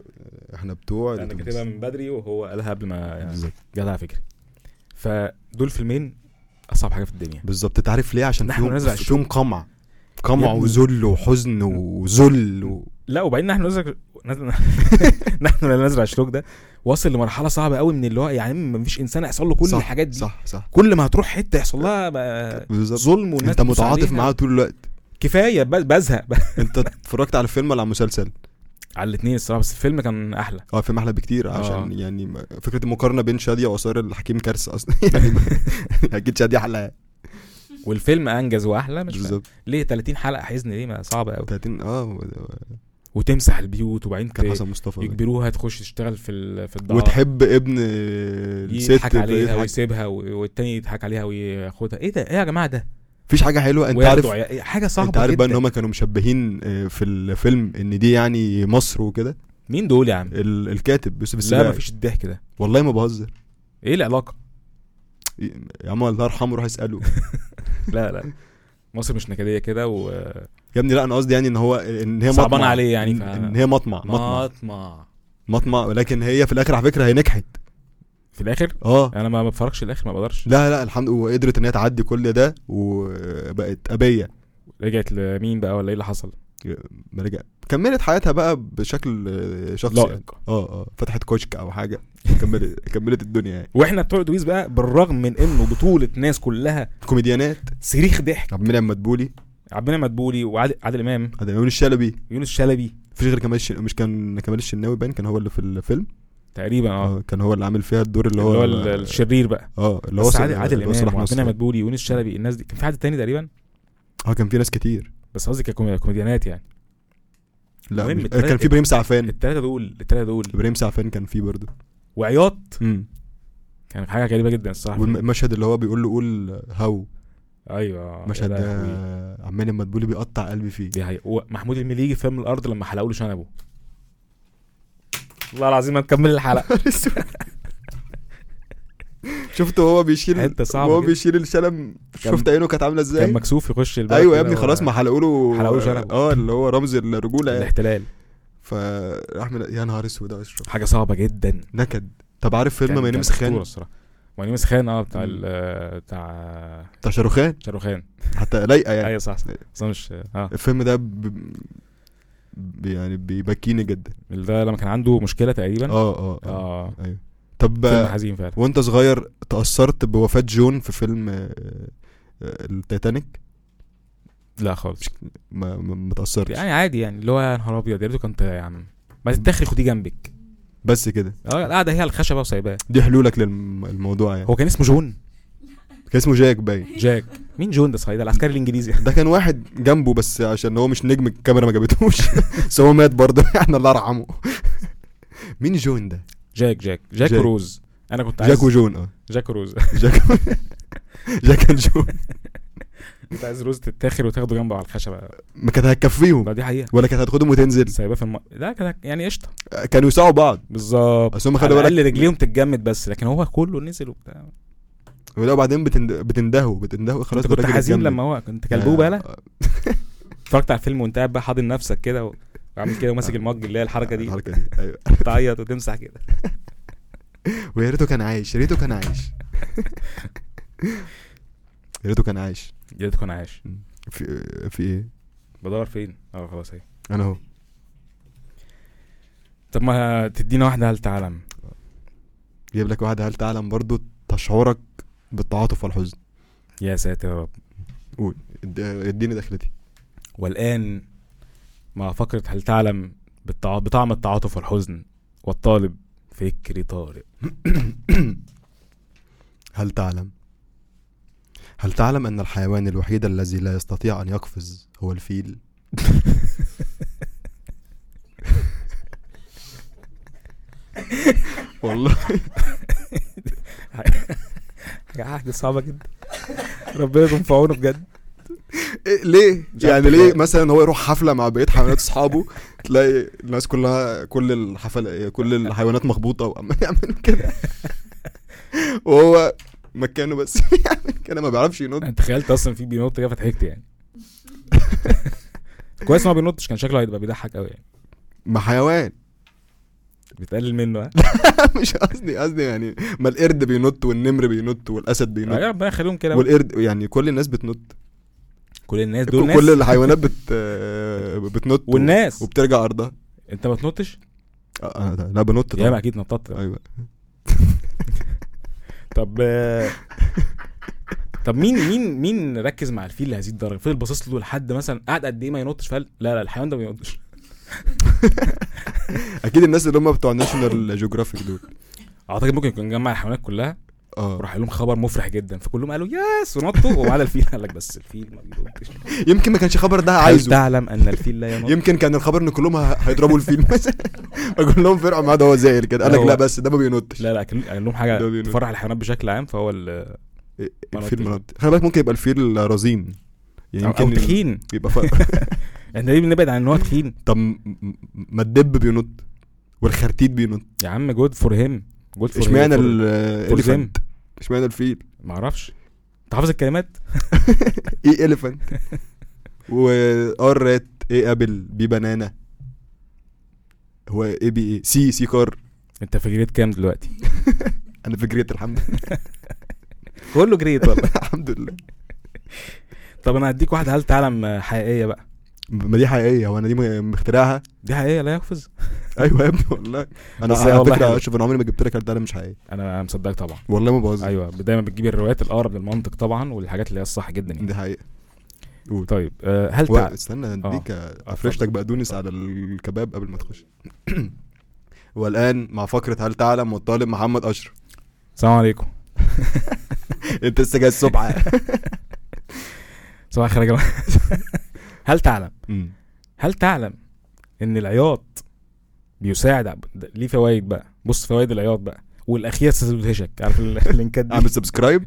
Speaker 2: احنا بتوع
Speaker 3: انا
Speaker 2: الأتوبيس.
Speaker 3: كاتبها من يعني. بدري وهو قالها قبل ما
Speaker 2: بالظبط
Speaker 3: جدع فكري فدول فيلمين اصعب حاجه في الدنيا
Speaker 2: بالظبط انت عارف ليه عشان
Speaker 3: نحن
Speaker 2: فيهم
Speaker 3: نزرع
Speaker 2: فيهم قمع قمع
Speaker 3: يا ابني.
Speaker 2: وذل وحزن وذل و...
Speaker 3: لا وبعدين نحن نزرع نز- نحن لا نزرع الشروق ده واصل لمرحله صعبه قوي من اللي هو يعني ما فيش انسان يحصل له كل
Speaker 2: صح،
Speaker 3: الحاجات دي
Speaker 2: صح صح
Speaker 3: كل ما هتروح حته يحصل لها بقى
Speaker 2: بالظبط
Speaker 3: ظلم والناس
Speaker 2: انت
Speaker 3: تدوس
Speaker 2: متعاطف
Speaker 3: عليها.
Speaker 2: معاه طول الوقت
Speaker 3: كفايه ب- بزهق
Speaker 2: انت اتفرجت على فيلم ولا على مسلسل
Speaker 3: على الاثنين الصراحه بس الفيلم كان احلى
Speaker 2: اه فيلم احلى بكتير عشان
Speaker 3: آه.
Speaker 2: يعني ما- فكره المقارنه بين شاديه وآثار الحكيم كارثه اصلا يعني ما- اكيد شاديه احلى
Speaker 3: والفيلم انجز واحلى مش فاهم.
Speaker 2: بالظبط
Speaker 3: ليه 30 حلقه حزن ليه ما صعبه قوي
Speaker 2: 30 اه و- و-
Speaker 3: وتمسح البيوت وبعدين
Speaker 2: كان
Speaker 3: ت-
Speaker 2: حسن مصطفى ده.
Speaker 3: يجبروها تخش تشتغل في ال- في الدعاره
Speaker 2: وتحب ابن الست
Speaker 3: يضحك عليها
Speaker 2: يضحك.
Speaker 3: ويسيبها و- والتاني يضحك عليها وياخدها ايه ده ايه يا جماعه ده
Speaker 2: مفيش حاجه حلوه انت
Speaker 3: وياخدوا
Speaker 2: عارف
Speaker 3: عيا- إيه، حاجه صعبه
Speaker 2: انت عارف بقى ان
Speaker 3: جداً.
Speaker 2: هم كانوا مشبهين آه، في الفيلم ان دي يعني مصر وكده
Speaker 3: مين دول يا عم
Speaker 2: ال- الكاتب يوسف
Speaker 3: لا
Speaker 2: السباعي
Speaker 3: مفيش الضحك ده
Speaker 2: والله ما بهزر
Speaker 3: ايه العلاقه
Speaker 2: يا عم الله يرحمه روح اساله
Speaker 3: لا لا مصر مش نكديه كده و
Speaker 2: يا ابني لا انا قصدي يعني ان هو ان هي
Speaker 3: صعبان
Speaker 2: مطمع.
Speaker 3: عليه يعني،
Speaker 2: ان-
Speaker 3: ف-
Speaker 2: ان هي مطمع مطمع
Speaker 3: مطمع
Speaker 2: مطمع ولكن هي في الاخر على فكره هي نجحت
Speaker 3: في الاخر
Speaker 2: اه
Speaker 3: انا ما بتفرجش الاخر ما بقدرش
Speaker 2: لا لا الحمد لله وقدرت ان هي تعدي كل ده وبقت ابيه
Speaker 3: رجعت لمين بقى ولا ايه اللي حصل
Speaker 2: ما رجع كملت حياتها بقى بشكل آه، شخصي يعني.
Speaker 3: لائق
Speaker 2: اه اه فتحت كشك او حاجه كملت كملت الدنيا يعني
Speaker 3: واحنا بتوع دويس بقى بالرغم من انه بطوله ناس كلها
Speaker 2: كوميديانات
Speaker 3: صريخ ضحك
Speaker 2: عبد المنعم مدبولي
Speaker 3: عبد المنعم مدبولي وعادل عادل امام
Speaker 2: عبد المنعم الشلبي
Speaker 3: يونس شلبي
Speaker 2: مفيش غير كمال الش... مش كان كمال الشناوي باين كان هو اللي في الفيلم
Speaker 3: تقريبا اه
Speaker 2: آه، كان هو اللي عامل فيها الدور اللي
Speaker 3: اللي
Speaker 2: هو
Speaker 3: هو ال- الشرير بقى
Speaker 2: اه اللي هو
Speaker 3: بس
Speaker 2: ص-
Speaker 3: عادل عادل
Speaker 2: اللي هو صلاح
Speaker 3: امام وعبد
Speaker 2: نصر.
Speaker 3: المنعم مدبولي يونس شلبي الناس دي كان في حد تاني تقريبا
Speaker 2: اه كان في ناس كتير
Speaker 3: بس قصدي ككومي- كوميديانات يعني
Speaker 2: لا
Speaker 3: المهم
Speaker 2: مش... آه،
Speaker 3: التلاتة-
Speaker 2: كان في ابراهيم سعفان
Speaker 3: التلاته دول التلاته دول
Speaker 2: ابراهيم سعفان كان فيه برضه
Speaker 3: وعياط
Speaker 2: امم
Speaker 3: كان حاجه غريبه جدا الصراحه
Speaker 2: والمشهد اللي هو بيقول له قول هاو
Speaker 3: ايوه
Speaker 2: المشهد
Speaker 3: يا
Speaker 2: ده
Speaker 3: لهوي.
Speaker 2: عمال المدبولي بيقطع قلبي فيه
Speaker 3: دي حقيقة ومحمود المليجي في فيلم الارض لما حلقوا له شنبه والله العظيم ما نكمل الحلقه
Speaker 2: شفت وهو بيشيل
Speaker 3: حتة صعبة
Speaker 2: وهو
Speaker 3: جدا.
Speaker 2: بيشيل الشلم شفت عينه كانت عامله
Speaker 3: كان
Speaker 2: ازاي
Speaker 3: مكسوف يخش البلد
Speaker 2: ايوه يا
Speaker 3: كده
Speaker 2: ابني
Speaker 3: و-
Speaker 2: خلاص ما حلقوا له
Speaker 3: حلقوا له شنبه.
Speaker 2: اه اللي هو رمز الرجوله يعني
Speaker 3: الاحتلال
Speaker 2: فراح من يا نهار اسود يا اشرف
Speaker 3: حاجه صعبه جدا
Speaker 2: نكد طب عارف فيلم
Speaker 3: كان-
Speaker 2: ما
Speaker 3: كان
Speaker 2: ينمس
Speaker 3: أسطورة
Speaker 2: خان
Speaker 3: الصراحه ما ينمس خان اه بتاع
Speaker 2: مم.
Speaker 3: ال- آه، بتاع
Speaker 2: بتاع شاروخان
Speaker 3: شاروخان
Speaker 2: حتى لايقه يعني
Speaker 3: ايوه صح صح بس أنا مش اه
Speaker 2: الفيلم ده ب... ب- يعني بيبكيني جدا
Speaker 3: ده لما كان عنده مشكله تقريبا
Speaker 2: اه اه اه
Speaker 3: اه
Speaker 2: طب
Speaker 3: فيلم حزين فعلا
Speaker 2: وانت صغير تأثرت بوفاة جون في فيلم آه، آه، التايتانيك
Speaker 3: لا خالص
Speaker 2: ما ما ما تأثرتش
Speaker 3: يعني عادي يعني اللي هو يا نهار ابيض يا ريته كنت يا عم ما تتاخر خديه جنبك
Speaker 2: بس كده
Speaker 3: اه القعده هي على الخشبه وسايباه
Speaker 2: دي حلولك للموضوع يعني
Speaker 3: هو كان اسمه جون
Speaker 2: كان اسمه جاك باين
Speaker 3: جاك مين جون ده صحيح ده العسكري الانجليزي
Speaker 2: ده كان واحد جنبه بس عشان هو مش نجم الكاميرا ما جابتهوش بس هو مات برضه احنا الله يرحمه مين جون ده؟
Speaker 3: جاك جاك جاك
Speaker 2: جاك.
Speaker 3: روز انا كنت عايز
Speaker 2: جاك وجون اه
Speaker 3: جاك روز
Speaker 2: جاك جاك وجون
Speaker 3: كنت عايز روز تتاخر وتاخده جنبه على الخشبه
Speaker 2: ما كانت هتكفيهم
Speaker 3: لا دي حقيقه
Speaker 2: ولا كانت هتاخدهم وتنزل
Speaker 3: سايباه في الم... ده كان يعني قشطه
Speaker 2: كانوا يساعوا بعض
Speaker 3: بالظبط
Speaker 2: بس هم
Speaker 3: على
Speaker 2: خلي بالك
Speaker 3: الاقل رجليهم تتجمد بس لكن هو كله نزل وبتاع
Speaker 2: ولا وبعدين بتند... بتندهوا بتندهوا خلاص
Speaker 3: انت كنت
Speaker 2: الراجل آه،
Speaker 3: حزين
Speaker 2: اتجمد.
Speaker 3: لما هو كنت كلبوبه لا اتفرجت على الفيلم وانت قاعد بقى حاضن نفسك كده و- وعامل كده وماسك المج اللي هي الحركه دي
Speaker 2: الحركه دي ايوه
Speaker 3: تعيط وتمسح كده
Speaker 2: ويا ريته كان عايش يا ريته كان عايش يا ريته كان عايش
Speaker 3: يا ريت تكون عايش
Speaker 2: في في ايه؟
Speaker 3: بدور فين اه خلاص اهي
Speaker 2: انا اهو
Speaker 3: طب ما تدينا واحده هل تعلم
Speaker 2: جايب لك واحده هل تعلم برضو تشعرك بالتعاطف والحزن
Speaker 3: يا ساتر يا رب
Speaker 2: إد- اديني دخلتي
Speaker 3: والآن مع فقرة هل تعلم بالتع... بطعم التعاطف والحزن والطالب فكري طارق
Speaker 2: هل تعلم هل تعلم ان الحيوان الوحيد الذي لا يستطيع ان يقفز هو الفيل والله
Speaker 3: حاجه حاجة صعبه جدا ربنا يكون في عونه بجد
Speaker 2: إيه ليه
Speaker 3: مش عارف
Speaker 2: يعني ليه
Speaker 3: والله.
Speaker 2: مثلا هو يروح حفله مع بقيه حيوانات اصحابه تلاقي الناس كلها كل الحفله كل الحيوانات مخبوطه وعمال يعمل كده وهو مكانه بس يعمل كده ما بيعرفش ينط
Speaker 3: انا تخيلت اصلا في بينط كده فضحكت يعني كويس ما بينطش كان شكله هيبقى بيضحك قوي يعني
Speaker 2: ما حيوان
Speaker 3: بتقلل منه ها
Speaker 2: مش قصدي قصدي يعني ما القرد بينط والنمر بينط والاسد
Speaker 3: يا
Speaker 2: بينط
Speaker 3: ربنا يخليهم كده بقى.
Speaker 2: والقرد يعني كل الناس بتنط
Speaker 3: كل الناس دول ناس
Speaker 2: كل الحيوانات بت آه، بتنط و-
Speaker 3: والناس
Speaker 2: وبترجع ارضها
Speaker 3: انت ما تنطش
Speaker 2: آه، آه، لا بنط
Speaker 3: يا ما
Speaker 2: طبعا
Speaker 3: اكيد نططت
Speaker 2: ايوه
Speaker 3: طب آه، طب مين مين مين ركز مع الفيل لهذه الدرجه فضل باصص له لحد مثلا قعد قد ايه ما ينطش فقال لا لا الحيوان ده ما بينطش
Speaker 2: اكيد الناس اللي هم بتوع ناشونال جيوغرافيك دول
Speaker 3: اعتقد ممكن يكون جمع الحيوانات كلها
Speaker 2: اه
Speaker 3: وراح لهم خبر مفرح جدا فكلهم قالوا ياس ونطوا وما عدا الفيل قال لك بس الفيل ما بينطش
Speaker 2: يمكن ما كانش خبر ده
Speaker 3: عايز
Speaker 2: عايزه
Speaker 3: تعلم ان الفيل لا ينط
Speaker 2: يمكن كان الخبر ان كلهم ه- هيضربوا الفيل مثلا كلهم فرقوا ما عدا هو زعل كده قال لك
Speaker 3: هو-
Speaker 2: لا بس ده ما بينطش
Speaker 3: لا لا كان قال لهم
Speaker 2: ده
Speaker 3: حاجه
Speaker 2: بينط.
Speaker 3: تفرح الحيوانات بشكل عام فهو ال-
Speaker 2: الفيل
Speaker 3: منطقي.
Speaker 2: منط خلي بالك ممكن يبقى الفيل رزين يعني
Speaker 3: او أو
Speaker 2: يمكن ال-
Speaker 3: تخين
Speaker 2: يبقى فرق
Speaker 3: احنا ليه بنبعد عن ان هو تخين
Speaker 2: طب م- م- ما الدب بينط والخرتيت بينط
Speaker 3: يا عم جود فور هيم جود فور
Speaker 2: اشمعنى ال
Speaker 3: الفيل
Speaker 2: elephant؟ اشمعنى الفيل
Speaker 3: ما اعرفش انت حافظ الكلمات
Speaker 2: ايه اليفنت وار رات ايه ابل بي بنانا هو ايه بي ايه سي سي كار
Speaker 3: انت في جريد كام دلوقتي
Speaker 2: انا في جريت الحمد لله
Speaker 3: كله جريد والله
Speaker 2: الحمد لله
Speaker 3: طب انا هديك واحده هل تعلم حقيقيه بقى
Speaker 2: ما دي حقيقيه وانا دي م- مخترعها
Speaker 3: دي حقيقيه لا يقفز
Speaker 2: ايوه يا ابني والله انا
Speaker 3: بس هي
Speaker 2: على
Speaker 3: والله
Speaker 2: فكره
Speaker 3: حلوة.
Speaker 2: شوف انا عمري ما جبت لك الكلام ده مش حقيقي
Speaker 3: انا مصدقك طبعا
Speaker 2: والله ما بهزر
Speaker 3: ايوه دايما بتجيب الروايات الاقرب للمنطق طبعا والحاجات اللي هي الصح جدا يعني
Speaker 2: دي حقيقه
Speaker 3: طيب آه، هل
Speaker 2: و-
Speaker 3: تعلم
Speaker 2: استنى اديك افرشتك بقدونس على الكباب قبل ما تخش والان مع فقره هل تعلم والطالب محمد اشرف
Speaker 3: السلام عليكم
Speaker 2: انت لسه جاي الصبح
Speaker 3: صباح الخير يا جماعه هل تعلم
Speaker 2: مم.
Speaker 3: هل تعلم ان العياط بيساعد ع- ده- ليه فوائد بقى بص فوائد العياط بقى والاخيره ستدهشك عارف ال- اللينكات دي
Speaker 2: اعمل سبسكرايب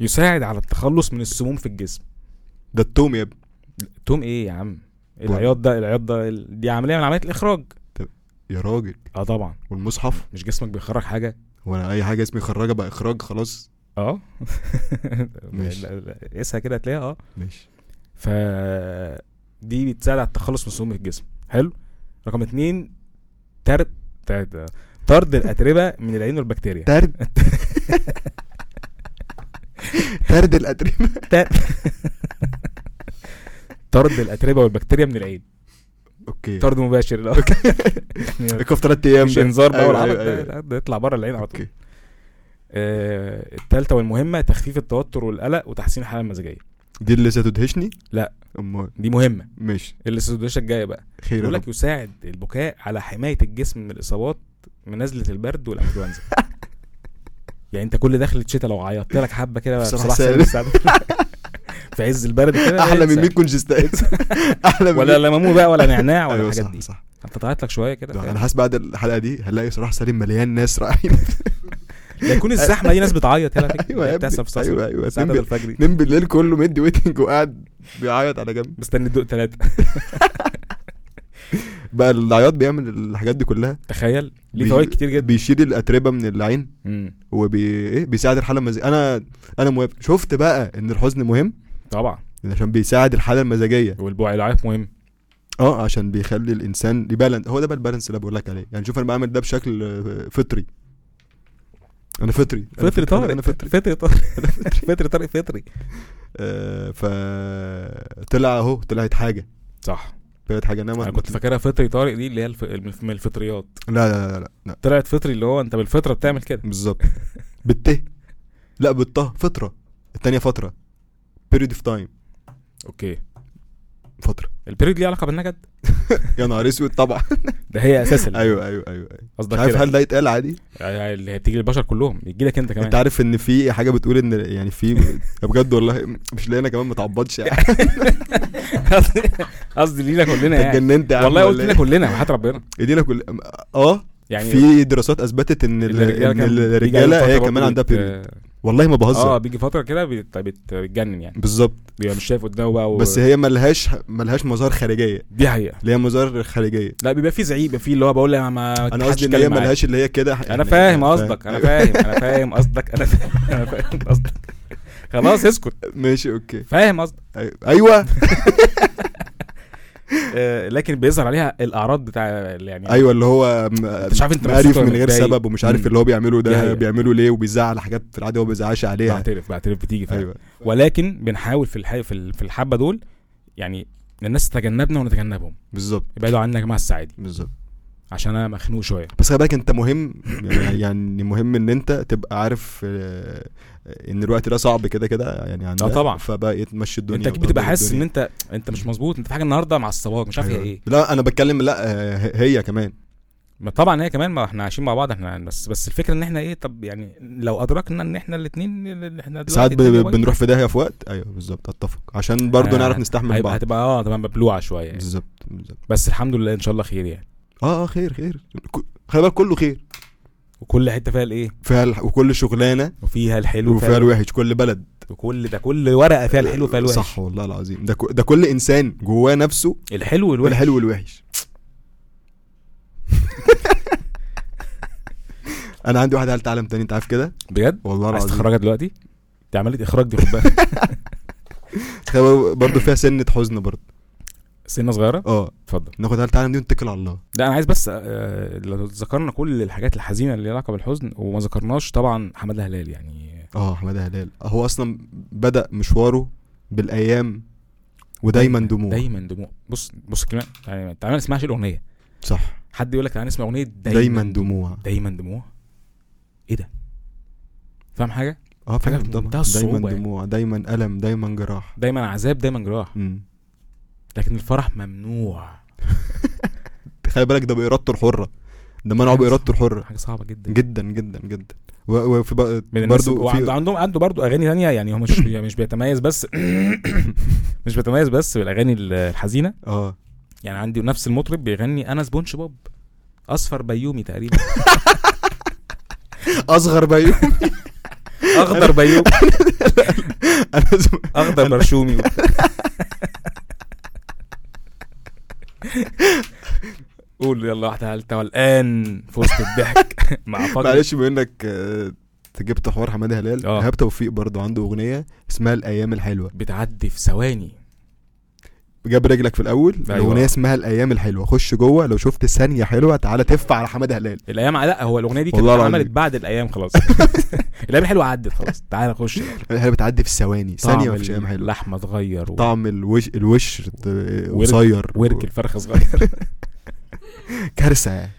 Speaker 3: يساعد على التخلص من السموم في الجسم
Speaker 2: ده التوم يا ابني
Speaker 3: توم ايه يا عم العياط ده العياط ده ال- دي عمليه من عمليات الاخراج
Speaker 2: يا راجل
Speaker 3: اه طبعا
Speaker 2: والمصحف
Speaker 3: مش جسمك بيخرج حاجه
Speaker 2: وانا اي حاجه اسمي خراجه بقى اخراج خلاص
Speaker 3: اه
Speaker 2: ماشي.
Speaker 3: لا- لا- قيسها كده هتلاقيها اه
Speaker 2: ماشي
Speaker 3: ف دي بتساعد على التخلص من سموم الجسم حلو رقم اتنين ترد ترد طرد الاتربه من العين والبكتيريا
Speaker 2: ترد ترد الاتربه
Speaker 3: طرد الاتربه والبكتيريا من العين
Speaker 2: اوكي
Speaker 3: طرد مباشر لا يعني
Speaker 2: الكوف ثلاث ايام
Speaker 3: مش
Speaker 2: إيه. ده.
Speaker 3: انذار بقى
Speaker 2: أيوة،
Speaker 3: والعبط
Speaker 2: أيوة،
Speaker 3: ده
Speaker 2: أيوة.
Speaker 3: لا، ده يطلع بره العين على طول
Speaker 2: اوكي
Speaker 3: آه، التالتة والمهمة تخفيف التوتر والقلق وتحسين الحالة المزاجية
Speaker 2: دي اللي ستدهشني
Speaker 3: لا.
Speaker 2: امال
Speaker 3: دي مهمة
Speaker 2: ماشي
Speaker 3: اللي السودوشة الجاية بقى
Speaker 2: خير يا
Speaker 3: بيقول
Speaker 2: رب
Speaker 3: لك يساعد البكاء على حمايه الجسم من الاصابات من نزله البرد والانفلونزا يعني انت كل دخلة شتاء لو عيطت لك حبه كده في
Speaker 2: بصراحة
Speaker 3: صلاح
Speaker 2: سهل.
Speaker 3: سالم في عز البرد كده
Speaker 2: احلى من
Speaker 3: انسى.
Speaker 2: 100 كونجستات احلى من
Speaker 3: ولا ليمون بقى ولا نعناع ولا
Speaker 2: ايوه
Speaker 3: الحاجات
Speaker 2: صح
Speaker 3: دي
Speaker 2: صح
Speaker 3: انت طلعت لك شويه كده
Speaker 2: ده انا
Speaker 3: فاهم؟
Speaker 2: حاسس بعد الحلقه دي هنلاقي صلاح سليم مليان ناس رايحين
Speaker 3: ده يكون الزحمه دي ناس بتعيط هنا فكرة.
Speaker 2: ايوه يا
Speaker 3: بتحصل في
Speaker 2: ابني
Speaker 3: صلاح
Speaker 2: ايوه ايوه
Speaker 3: الساعه
Speaker 2: نم
Speaker 3: 3
Speaker 2: بال-
Speaker 3: الفجر دي.
Speaker 2: نم بالليل كله مدي ويتنج وقاعد بيعيط على جنب
Speaker 3: مستني الدوق ثلاثه
Speaker 2: بقى العياط بيعمل الحاجات دي كلها
Speaker 3: تخيل ليه
Speaker 2: بي-
Speaker 3: فوائد كتير جدا
Speaker 2: بيشيل الاتربه من العين
Speaker 3: مم.
Speaker 2: وبي ايه بيساعد الحاله المزاجيه انا انا موافق شفت بقى ان الحزن مهم
Speaker 3: طبعا
Speaker 2: عشان بيساعد الحاله المزاجيه
Speaker 3: والبوع العيط مهم
Speaker 2: اه عشان بيخلي الانسان يبالانس هو ده بقى البالانس اللي بقول لك عليه يعني شوف انا بعمل ده بشكل آه، فطري انا فطري أنا
Speaker 3: فطري
Speaker 2: أنا-
Speaker 3: طارق
Speaker 2: انا فطري
Speaker 3: فطري طارق فطري طارق فطري
Speaker 2: آه ف طلع اهو طلعت حاجه
Speaker 3: صح
Speaker 2: طلعت حاجه انما
Speaker 3: انا كنت فاكرها فطري طارق دي اللي هي الف... الف- من الفطريات
Speaker 2: لا لا لا لا, لا.
Speaker 3: طلعت فطري اللي هو انت بالفطره بتعمل كده
Speaker 2: بالظبط بالت لا بالط فتره التانية فتره بيريد اوف تايم
Speaker 3: اوكي
Speaker 2: فتره
Speaker 3: البريد ليه علاقه بالنكد
Speaker 2: يا نهار اسود طبعا
Speaker 3: ده هي اساس ال-
Speaker 2: ايوه ايوه ايوه ايوه مش
Speaker 3: قصدك
Speaker 2: عارف
Speaker 3: كده
Speaker 2: هل ده يتقال عادي
Speaker 3: يعني اللي هتيجي للبشر كلهم يجي لك انت كمان
Speaker 2: انت عارف ان في حاجه بتقول ان يعني في يا بجد والله مش لاقي انا كمان ما تعبطش يعني
Speaker 3: قصدي- قصدي لينا كلنا
Speaker 2: انت
Speaker 3: يعني
Speaker 2: اتجننت يا عم
Speaker 3: والله
Speaker 2: ولا
Speaker 3: قلت
Speaker 2: ايه؟
Speaker 3: لنا كلنا وحياة ربنا
Speaker 2: ايدينا كل اه يعني
Speaker 3: يعني
Speaker 2: في دراسات اثبتت ان ال- إن
Speaker 3: كان بيجي عليهم
Speaker 2: الرجاله
Speaker 3: فترة
Speaker 2: هي
Speaker 3: برضه
Speaker 2: كمان
Speaker 3: بت-
Speaker 2: عندها بيريد والله ما
Speaker 3: اه
Speaker 2: بهزر
Speaker 3: بيجي فتره كده بيت- طيب بيت- بيتجنن يعني
Speaker 2: بالظبط
Speaker 3: بيبقى مش شايف قدامه بقى و...
Speaker 2: بس هي ملهاش ملهاش مظاهر خارجيه
Speaker 3: دي حقيقه
Speaker 2: اللي هي مظاهر خارجيه
Speaker 3: لا بيبقى في زعيق بيبقى في اللي هو بقول لها ما
Speaker 2: انا
Speaker 3: حدش
Speaker 2: قصدي ان
Speaker 3: يتكلم
Speaker 2: هي
Speaker 3: معايا.
Speaker 2: ملهاش اللي هي كده يعني أيوه.
Speaker 3: انا فاهم قصدك انا فاهم انا فاهم قصدك انا فاهم انا فاهم قصدك خلاص اسكت
Speaker 2: ماشي اوكي
Speaker 3: فاهم قصدك
Speaker 2: أيوة. ايوه
Speaker 3: آه، لكن بيظهر عليها الاعراض بتاع يعني
Speaker 2: ايوه اللي هو م-
Speaker 3: مش عارف انت
Speaker 2: مقرف
Speaker 3: مبسوط ولا
Speaker 2: من غير
Speaker 3: متضايق.
Speaker 2: سبب ومش
Speaker 3: مم.
Speaker 2: عارف اللي هو بيعمله
Speaker 3: دي
Speaker 2: ده
Speaker 3: حقيقة.
Speaker 2: بيعمله ليه وبيزعل حاجات في العاده هو ما بيزعلش عليها
Speaker 3: بعترف بعترف بتيجي فعلا
Speaker 2: ايوه
Speaker 3: ولكن بنحاول في الحي... في ال- في الحبه دول يعني الناس تتجنبنا ونتجنبهم
Speaker 2: بالظبط
Speaker 3: ابعدوا عني يا جماعه السعادي
Speaker 2: بالظبط
Speaker 3: عشان انا مخنوق شويه
Speaker 2: بس خلي بالك انت مهم يعني- يعني مهم ان انت تبقى عارف آه، ان الوقت ده صعب كده كده يعني عندك
Speaker 3: طبعا.
Speaker 2: فبقى تمشي الدنيا
Speaker 3: انت اكيد
Speaker 2: وتدبر
Speaker 3: بتبقى حاسس ان
Speaker 2: الدنيا.
Speaker 3: انت انت مش مظبوط انت في حاجه النهارده معصباك مش عارف هي
Speaker 2: أيوة.
Speaker 3: ايه
Speaker 2: لا انا بتكلم لا آه، ه- هي كمان
Speaker 3: ما طبعا هي كمان ما احنا عايشين مع بعض احنا بس بس الفكره ان احنا ايه طب يعني لو ادركنا ان احنا الاثنين احنا دلوقتي
Speaker 2: ساعات ب-
Speaker 3: الدنيا بايظة،
Speaker 2: بنروح في داهيه في وقت ايوه بالظبط اتفق عشان برضه
Speaker 3: آه،
Speaker 2: نعرف نستحمل
Speaker 3: هيبقى
Speaker 2: بعض
Speaker 3: هتبقى اه تبقى مبلوعه شويه يعني.
Speaker 2: بالظبط بالظبط
Speaker 3: بس الحمد لله ان شاء الله خير يعني
Speaker 2: اه اه خير خير ك- خلي بالك كله خير
Speaker 3: وكل حته فيها الايه
Speaker 2: فيها الح- وكل شغلانه
Speaker 3: وفيها الحلو
Speaker 2: وفيها
Speaker 3: وفيها الوحش
Speaker 2: الوحش كل بلد
Speaker 3: وكل ده كل ورقه فيها الحلو وفيها الوحش
Speaker 2: صح والله العظيم ده ك- ده كل انسان جواه نفسه
Speaker 3: الحلو والوحش
Speaker 2: الحلو والوحش انا عندي واحد قال تعلم تاني انت عارف كده
Speaker 3: بجد
Speaker 2: والله
Speaker 3: عايز
Speaker 2: العظيم
Speaker 3: تخرجها دلوقتي دي عمليه اخراج دي خد بالك
Speaker 2: تخيل برضه فيها سنه حزن برضه
Speaker 3: سنه صغيره
Speaker 2: اه
Speaker 3: اتفضل
Speaker 2: ناخد هل تعلم دي ونتكل على الله
Speaker 3: لا انا عايز بس آه، لو ذكرنا كل الحاجات الحزينه اللي ليها علاقه بالحزن وما ذكرناش طبعا حماده هلال يعني
Speaker 2: اه حماده هلال هو اصلا بدا مشواره بالايام ودايما دموع
Speaker 3: دايما دموع بص بص الكلمه يعني تعالى ما نسمعش الاغنيه
Speaker 2: صح
Speaker 3: حد يقول لك تعالى نسمع اغنيه دايما
Speaker 2: دايما, دايما دموع
Speaker 3: دايما دموع ايه ده فاهم حاجه
Speaker 2: اه
Speaker 3: حاجة
Speaker 2: فاهم
Speaker 3: في
Speaker 2: طبعا
Speaker 3: منتهى
Speaker 2: دايما
Speaker 3: الصعوبة يعني.
Speaker 2: دموع دايما الم دايما جراح
Speaker 3: دايما عذاب دايما جراح
Speaker 2: امم
Speaker 3: لكن الفرح ممنوع
Speaker 2: خلي بالك ده بارادته الحره ده منعه بارادته الحره
Speaker 3: حاجه صعبه جدا
Speaker 2: جدا جدا جدا و- وفي بق-
Speaker 3: من الناس
Speaker 2: برضه في
Speaker 3: وعندهم عنده برضه اغاني ثانيه يعني هو مش مش بيتميز بس مش بيتميز بس بالاغاني الحزينه
Speaker 2: اه
Speaker 3: يعني عندي نفس المطرب بيغني انا سبونج بوب اصفر بيومي تقريبا
Speaker 2: اصغر بيوم
Speaker 3: اخضر بيومي
Speaker 2: انا اسمه
Speaker 3: اخضر برشومي قول يلا واحده هل الان في وسط الضحك مع فقره
Speaker 2: معلش بما انك آه، جبت حوار حماده هلال
Speaker 3: آه.
Speaker 2: ايهاب توفيق برضه عنده اغنيه اسمها الايام الحلوه
Speaker 3: بتعدي في ثواني
Speaker 2: جاب رجلك في الاول
Speaker 3: أيوة.
Speaker 2: الاغنيه اسمها الايام الحلوه خش جوه لو شفت ثانيه حلوه تعالى تف على حماده هلال
Speaker 3: الايام لا هو الاغنيه دي كانت
Speaker 2: والله العظيم.
Speaker 3: عملت بعد الايام خلاص الايام الحلوه عدت خلاص تعالى خش
Speaker 2: الحلوه بتعدي في ثواني ثانيه مفيش ايام حلوه
Speaker 3: اللحمه اتغير و...
Speaker 2: طعم الوش الوش ت-
Speaker 3: ورك-
Speaker 2: قصير
Speaker 3: ورك الفرخه صغير
Speaker 2: كارثه يعني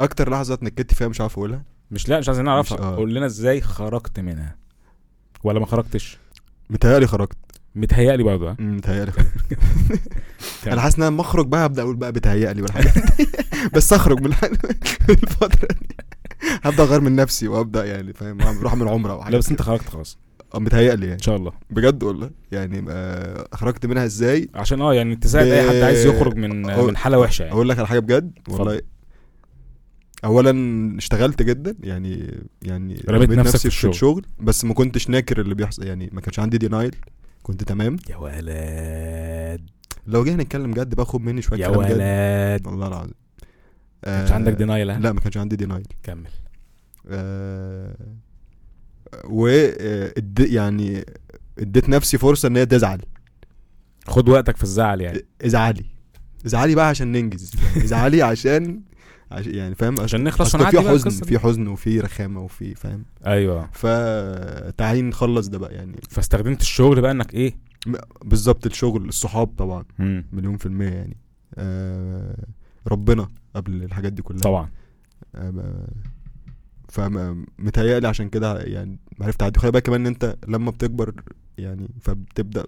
Speaker 2: اكتر لحظه اتنكدت فيها مش عارف اقولها
Speaker 3: مش لا مش عايزين
Speaker 2: مش- آه.
Speaker 3: نعرفها قول لنا ازاي خرجت منها ولا ما خرجتش
Speaker 2: متهيألي خرجت
Speaker 3: متهيألي برضه آه. ها؟
Speaker 2: مم، متهيألي خرجت
Speaker 3: تمام.
Speaker 2: انا حاسس ان انا لما اخرج بقى هبدا اقول بقى بتهيألي والحاجات دي. بس اخرج من الح- من الفتره دي هبدا اغير من نفسي وابدا يعني فاهم اعمل- اروح اعمل عمره او حاجه
Speaker 3: لا بس انت خرجت خلاص
Speaker 2: متهيألي
Speaker 3: ان
Speaker 2: يعني
Speaker 3: شاء الله
Speaker 2: بجد والله يعني آه، خرجت منها ازاي
Speaker 3: عشان اه يعني تساعد اي حد عايز يخرج من
Speaker 2: أقول-
Speaker 3: من حاله وحشه يعني
Speaker 2: اقول لك على حاجه بجد
Speaker 3: اتفضل.
Speaker 2: والله اولا اشتغلت جدا يعني يعني
Speaker 3: رميت نفسك في
Speaker 2: الشغل بس ما كنتش ناكر اللي بيحصل يعني ما كانش عندي دينايل كنت تمام
Speaker 3: يا ولد
Speaker 2: لو جينا نتكلم جد بقى خد مني شويه
Speaker 3: يا
Speaker 2: كلام جد
Speaker 3: ولد
Speaker 2: والله العظيم
Speaker 3: مش
Speaker 2: آه،
Speaker 3: عندك دينايل ها؟
Speaker 2: لا ما كانش عندي دينايل
Speaker 3: كمل
Speaker 2: آه و آه، اد- يعني اديت نفسي فرصه ان هي تزعل
Speaker 3: خد وقتك في الزعل يعني
Speaker 2: ازعلي ازعلي بقى عشان ننجز ازعلي عشان عش يعني فاهم
Speaker 3: عشان نخلص
Speaker 2: أصل
Speaker 3: ونعدي
Speaker 2: في
Speaker 3: بقى
Speaker 2: حزن
Speaker 3: القصه دي
Speaker 2: في حزن وفي رخامه وفي فاهم
Speaker 3: ايوه
Speaker 2: فتعالي نخلص ده بقى يعني
Speaker 3: فاستخدمت الشغل بقى انك ايه
Speaker 2: م- بالظبط الشغل الصحاب طبعا
Speaker 3: مم.
Speaker 2: مليون في الميه يعني آه ربنا قبل الحاجات دي كلها آه،
Speaker 3: طبعا
Speaker 2: أم- فمتهيألي عشان كده يعني عرفت اعدي خلي بالك كمان ان انت لما بتكبر يعني فبتبدأ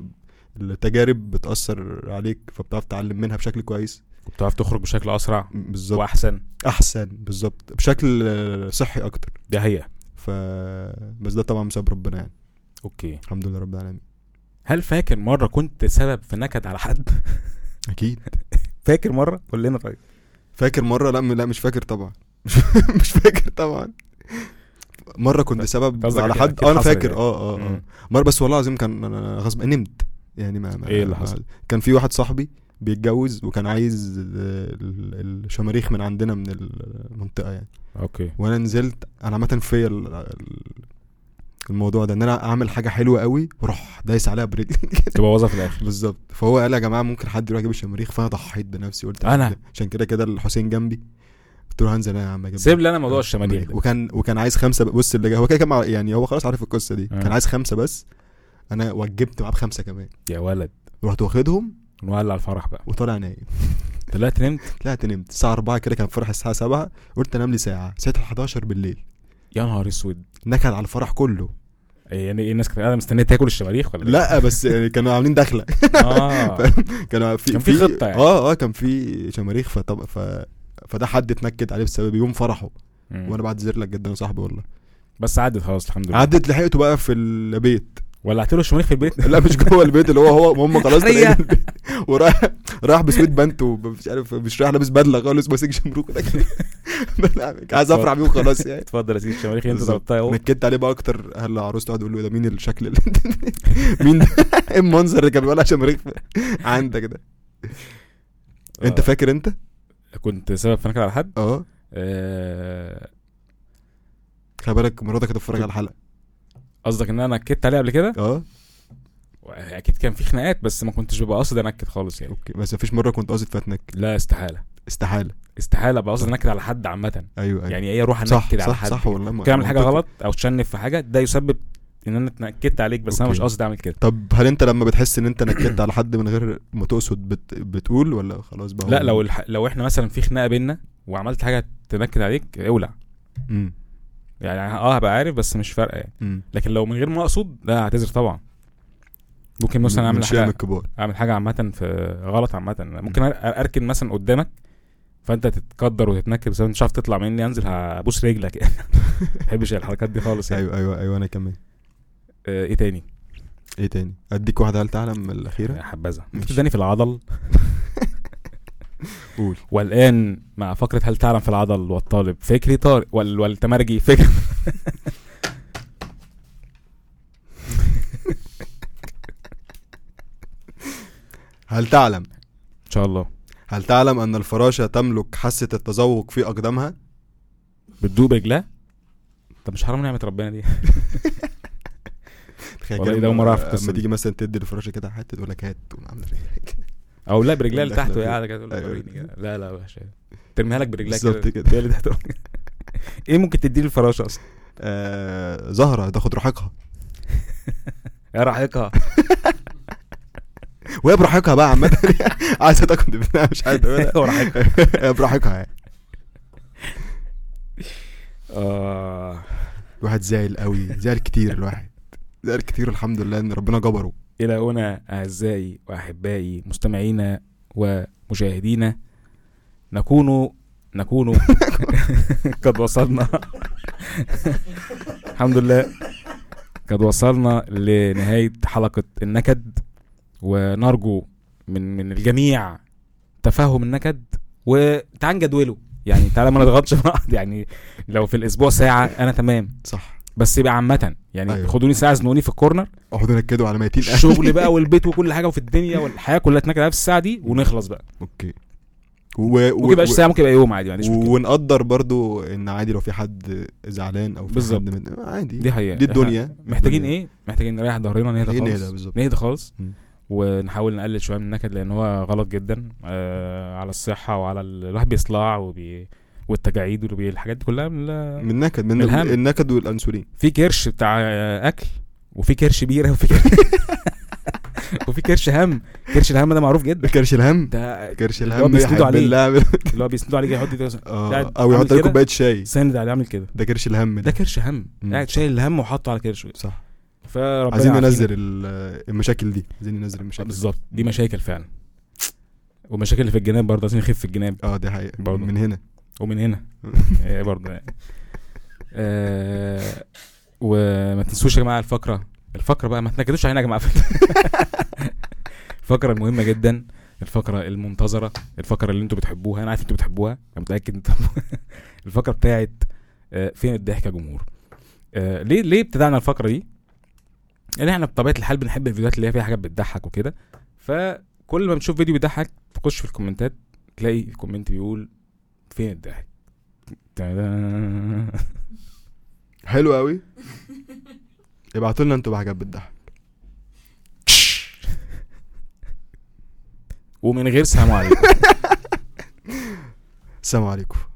Speaker 2: التجارب بتأثر عليك فبتعرف تتعلم منها بشكل كويس
Speaker 3: وبتعرف تخرج بشكل اسرع
Speaker 2: بالظبط
Speaker 3: واحسن
Speaker 2: احسن بالظبط بشكل آه، صحي اكتر
Speaker 3: ده هي
Speaker 2: ف بس ده طبعا بسبب ربنا يعني
Speaker 3: اوكي
Speaker 2: الحمد لله رب العالمين
Speaker 3: هل فاكر مره كنت سبب في نكد على حد
Speaker 2: اكيد
Speaker 3: فاكر مره قول لنا طيب
Speaker 2: فاكر مره لا لا مش فاكر طبعا مش فاكر طبعا مره كنت سبب
Speaker 3: قصدك
Speaker 2: على
Speaker 3: أكيد-
Speaker 2: حد
Speaker 3: أكيد
Speaker 2: آه، انا
Speaker 3: حصل
Speaker 2: فاكر
Speaker 3: يعني.
Speaker 2: اه اه آه.
Speaker 3: مم.
Speaker 2: مره بس والله العظيم كان انا غصب نمت يعني ما, ما
Speaker 3: إيه اللي
Speaker 2: ما-
Speaker 3: حصل؟
Speaker 2: كان في واحد صاحبي بيتجوز وكان عايز ال- ال- الشماريخ من عندنا من المنطقه يعني
Speaker 3: اوكي
Speaker 2: وانا نزلت انا عامه فيا ال- ال- الموضوع ده ان انا اعمل حاجه حلوه قوي واروح دايس عليها برجلي
Speaker 3: تبوظها في الاخر
Speaker 2: بالظبط فهو قال يا جماعه ممكن حد يروح يجيب الشماريخ فانا ضحيت بنفسي قلت
Speaker 3: أنا؟
Speaker 2: عشان كده- عشان كده كده الحسين جنبي قلت له هنزل انا يا عم اجيب
Speaker 3: سيب لي انا موضوع الشمالين ده
Speaker 2: وكان وكان عايز خمسه ب- بص اللي جا- هو كده كان مع- يعني هو خلاص عارف القصه دي
Speaker 3: آه.
Speaker 2: كان عايز خمسه بس انا وجبت معاه بخمسه كمان
Speaker 3: يا ولد
Speaker 2: ورحت واخدهم
Speaker 3: نولع الفرح بقى
Speaker 2: وطالع نايم
Speaker 3: طلعت نمت
Speaker 2: طلعت نمت الساعه 4 كده كان الفرح الساعه 7 قلت انام لي ساعه صحيت على 11 بالليل
Speaker 3: يا نهار اسود
Speaker 2: نكد على الفرح كله
Speaker 3: يعني ايه الناس كانت قاعده مستنيه تاكل الشماريخ ولا إيه؟
Speaker 2: لا بس يعني كانوا عاملين دخله
Speaker 3: اه
Speaker 2: كانوا في
Speaker 3: كان في خطة يعني.
Speaker 2: اه اه كان في شماريخ فطب ف فده حد اتنكد عليه بسبب يوم فرحه
Speaker 3: مم.
Speaker 2: وانا بعتذر لك جدا يا صاحبي والله
Speaker 3: بس عدت خلاص الحمد لله
Speaker 2: عدت لحقته بقى في البيت
Speaker 3: ولعت له الشماريخ في البيت
Speaker 2: لا مش جوه البيت اللي هو هو هم خلاص
Speaker 3: حرية.
Speaker 2: طالعين البيت. وراح راح بسويت بنت ومش عارف مش رايح لابس بدله خالص ماسك شمروك ده كده. بلعب. عايز افرح بيه وخلاص يعني
Speaker 3: اتفضل يا سيدي الشماريخ انت
Speaker 2: بالظبط.
Speaker 3: ضربتها اهو
Speaker 2: نكدت عليه بقى اكتر اهل العروس تقعد تقول له "إيه ده مين الشكل اللي انت مين ده؟ إيه المنظر اللي كان بيولع شماريخ عندك ده انت
Speaker 3: آه.
Speaker 2: فاكر انت؟
Speaker 3: كنت سبب في نكد على حد
Speaker 2: اه
Speaker 3: آه،
Speaker 2: خلي بالك مراتك هتتفرج على الحلقه
Speaker 3: قصدك ان انا نكدت عليه قبل كده
Speaker 2: اه
Speaker 3: اكيد كان في خناقات بس ما كنتش ببقى قاصد انكد خالص يعني
Speaker 2: اوكي بس مفيش مره كنت قاصد فاتنك
Speaker 3: لا استحاله
Speaker 2: استحاله
Speaker 3: استحاله ابقى قاصد انكد على حد عامه
Speaker 2: ايوه ايوه
Speaker 3: يعني ايه اروح
Speaker 2: صح
Speaker 3: انكد على
Speaker 2: صح
Speaker 3: حد
Speaker 2: صح والله ما-
Speaker 3: ممكن اعمل حاجه
Speaker 2: منطقي.
Speaker 3: غلط او تشنف في حاجه ده يسبب ان انا اتنكدت عليك بس انا
Speaker 2: أوكي.
Speaker 3: مش قاصد اعمل كده
Speaker 2: طب هل انت لما بتحس ان انت نكدت على حد من غير ما تقصد بت... بتقول ولا خلاص بقى
Speaker 3: لا
Speaker 2: هو-
Speaker 3: لو الح... لو احنا مثلا في خناقه بينا وعملت حاجه تنكد عليك اولع
Speaker 2: مم.
Speaker 3: يعني اه هبقى عارف بس مش فارقه يعني
Speaker 2: مم.
Speaker 3: لكن لو من غير ما اقصد لا هعتذر طبعا ممكن مثلا
Speaker 2: من- من
Speaker 3: اعمل
Speaker 2: شيم
Speaker 3: حاجه
Speaker 2: الكبار
Speaker 3: اعمل حاجه عامه في غلط عامه ممكن أر- اركن مثلا قدامك فانت تتقدر وتتنكد بس أنا مش عارف تطلع مني انزل هبوس رجلك يعني ما بحبش الحركات دي خالص يعني
Speaker 2: ايوه ايوه ايوه انا كمان
Speaker 3: آه، ايه تاني آه،
Speaker 2: ايه تاني اديك واحده هل تعلم الاخيره
Speaker 3: حبذا
Speaker 2: ماشي.
Speaker 3: بتداني في العضل
Speaker 2: قول
Speaker 3: والان مع فقره هل تعلم في العضل والطالب فكري طارق وال... والتمرجي فكري
Speaker 2: هل تعلم
Speaker 3: ان شاء الله
Speaker 2: هل تعلم ان الفراشه تملك حاسه التذوق في اقدامها
Speaker 3: بتدوب رجلاه طب مش حرام نعمه ربنا دي
Speaker 2: تخيل
Speaker 3: والله
Speaker 2: كده
Speaker 3: ده أول مرة أعرف القصة
Speaker 2: لما
Speaker 3: دي.
Speaker 2: تيجي مثلا تدي الفراشه كده حته تقول لك هات تقوم عامله كده.
Speaker 3: او لا برجلها اللي
Speaker 2: داخلة
Speaker 3: تحت وهي
Speaker 2: فيه.
Speaker 3: قاعده كده تقول لك
Speaker 2: أيوة.
Speaker 3: وريني كده. لا لا وحشه ترميها لك برجلها كده
Speaker 2: بالظبط كده.
Speaker 3: هي اللي تحت ايه ممكن تديني الفراشه اصلا
Speaker 2: آه، زهره تاخد راحتها
Speaker 3: يا راحتها
Speaker 2: وهي براحتها بقى عامة عايزة تاكل دبنها مش عايز تقولها
Speaker 3: وراحتها
Speaker 2: هي براحتها يعني
Speaker 3: اه
Speaker 2: الواحد زعل قوي زعل كتير الواحد زعل كتير الحمد لله ان ربنا جبره
Speaker 3: إلى هنا أعزائي وأحبائي مستمعينا ومشاهدينا نكون نكون قد وصلنا الحمد لله قد وصلنا لنهاية حلقة النكد ونرجو من من الجميع تفهم النكد وتعال نجدوله يعني تعالى ما نضغطش بعض يعني لو في الأسبوع ساعة أنا تمام
Speaker 2: صح
Speaker 3: بس يبقى عامة يعني
Speaker 2: أيوة.
Speaker 3: أيوة. خدوني ساعة زنوني في الكورنر
Speaker 2: اقعدوا نكدوا على ميتين أهل.
Speaker 3: الشغل بقى والبيت وكل حاجه وفي الدنيا والحياه كلها اتنكد عليها في الساعه دي ونخلص بقى
Speaker 2: اوكي و... و...
Speaker 3: ممكن يبقاش ساعه ممكن يبقى يوم عادي ما عنديش
Speaker 2: و...
Speaker 3: مشكله
Speaker 2: ونقدر برضو ان عادي لو في حد زعلان او في
Speaker 3: بالظبط.
Speaker 2: حد من... عادي
Speaker 3: دي حقيقه
Speaker 2: دي الدنيا
Speaker 3: إحنا محتاجين ايه محتاجين نريح ضهرنا نهدى
Speaker 2: محتاجين نهدى
Speaker 3: خالص
Speaker 2: بالظبط
Speaker 3: نهدى خالص
Speaker 2: مم.
Speaker 3: ونحاول نقلل شويه من النكد لان هو غلط جدا آه على الصحه وعلى ال- الواحد بيصلع وبي والتجاعيد والحاجات دي كلها من ال-
Speaker 2: من النكد من
Speaker 3: الهم.
Speaker 2: النكد والانسولين
Speaker 3: في كرش بتاع آه، اكل وفي كرش بيره وفي كرش وفي كرش هم كرش الهم ده معروف جدا
Speaker 2: كرش الهم
Speaker 3: ده
Speaker 2: كرش
Speaker 3: اللي هو
Speaker 2: الهم
Speaker 3: بيسندوا
Speaker 2: يحب
Speaker 3: عليه.
Speaker 2: الله.
Speaker 3: اللي هو بيسندوا عليه كده يحط إيده مثلا.
Speaker 2: آه.
Speaker 3: قاعد
Speaker 2: او
Speaker 3: عامل
Speaker 2: يحط لك
Speaker 3: كده.
Speaker 2: كوبايه شاي
Speaker 3: ساند عليه عامل كده
Speaker 2: ده كرش الهم
Speaker 3: ده
Speaker 2: ده
Speaker 3: كرش هم
Speaker 2: مم.
Speaker 3: قاعد شايل الهم وحاطه على كرشه
Speaker 2: صح
Speaker 3: فربنا
Speaker 2: عايزين
Speaker 3: يعافينا.
Speaker 2: ننزل ال- المشاكل دي عايزين ننزل المشاكل
Speaker 3: بالظبط دي مشاكل فعلا ومشاكل اللي في الجناب برضه عايزين نخف في الجناب
Speaker 2: اه دي حقيقة
Speaker 3: برضه.
Speaker 2: من هنا
Speaker 3: ومن هنا آه، برضه يعني. آه وما تنسوش يا جماعه الفقره الفقره بقى ما تنكدوش علينا يا جماعه الفقره المهمه جدا الفقره المنتظره الفقره اللي انتوا بتحبوها انا عارف انتوا بتحبوها انا متاكد انتوا بتحبوها الفقره بتاعت آه، فين الضحك يا جمهور آه، ليه ليه ابتدعنا الفقره دي لان احنا بطبيعه الحال بنحب الفيديوهات اللي هي فيها حاجات بتضحك وكده فكل ما بنشوف فيديو بيضحك تخش في الكومنتات تلاقي كومنت بيقول فين الضحك تادان.
Speaker 2: حلو قوي ابعتوا لنا انتوا بحاجات بتضحك
Speaker 3: ومن غير سلام عليكم
Speaker 2: السلام عليكم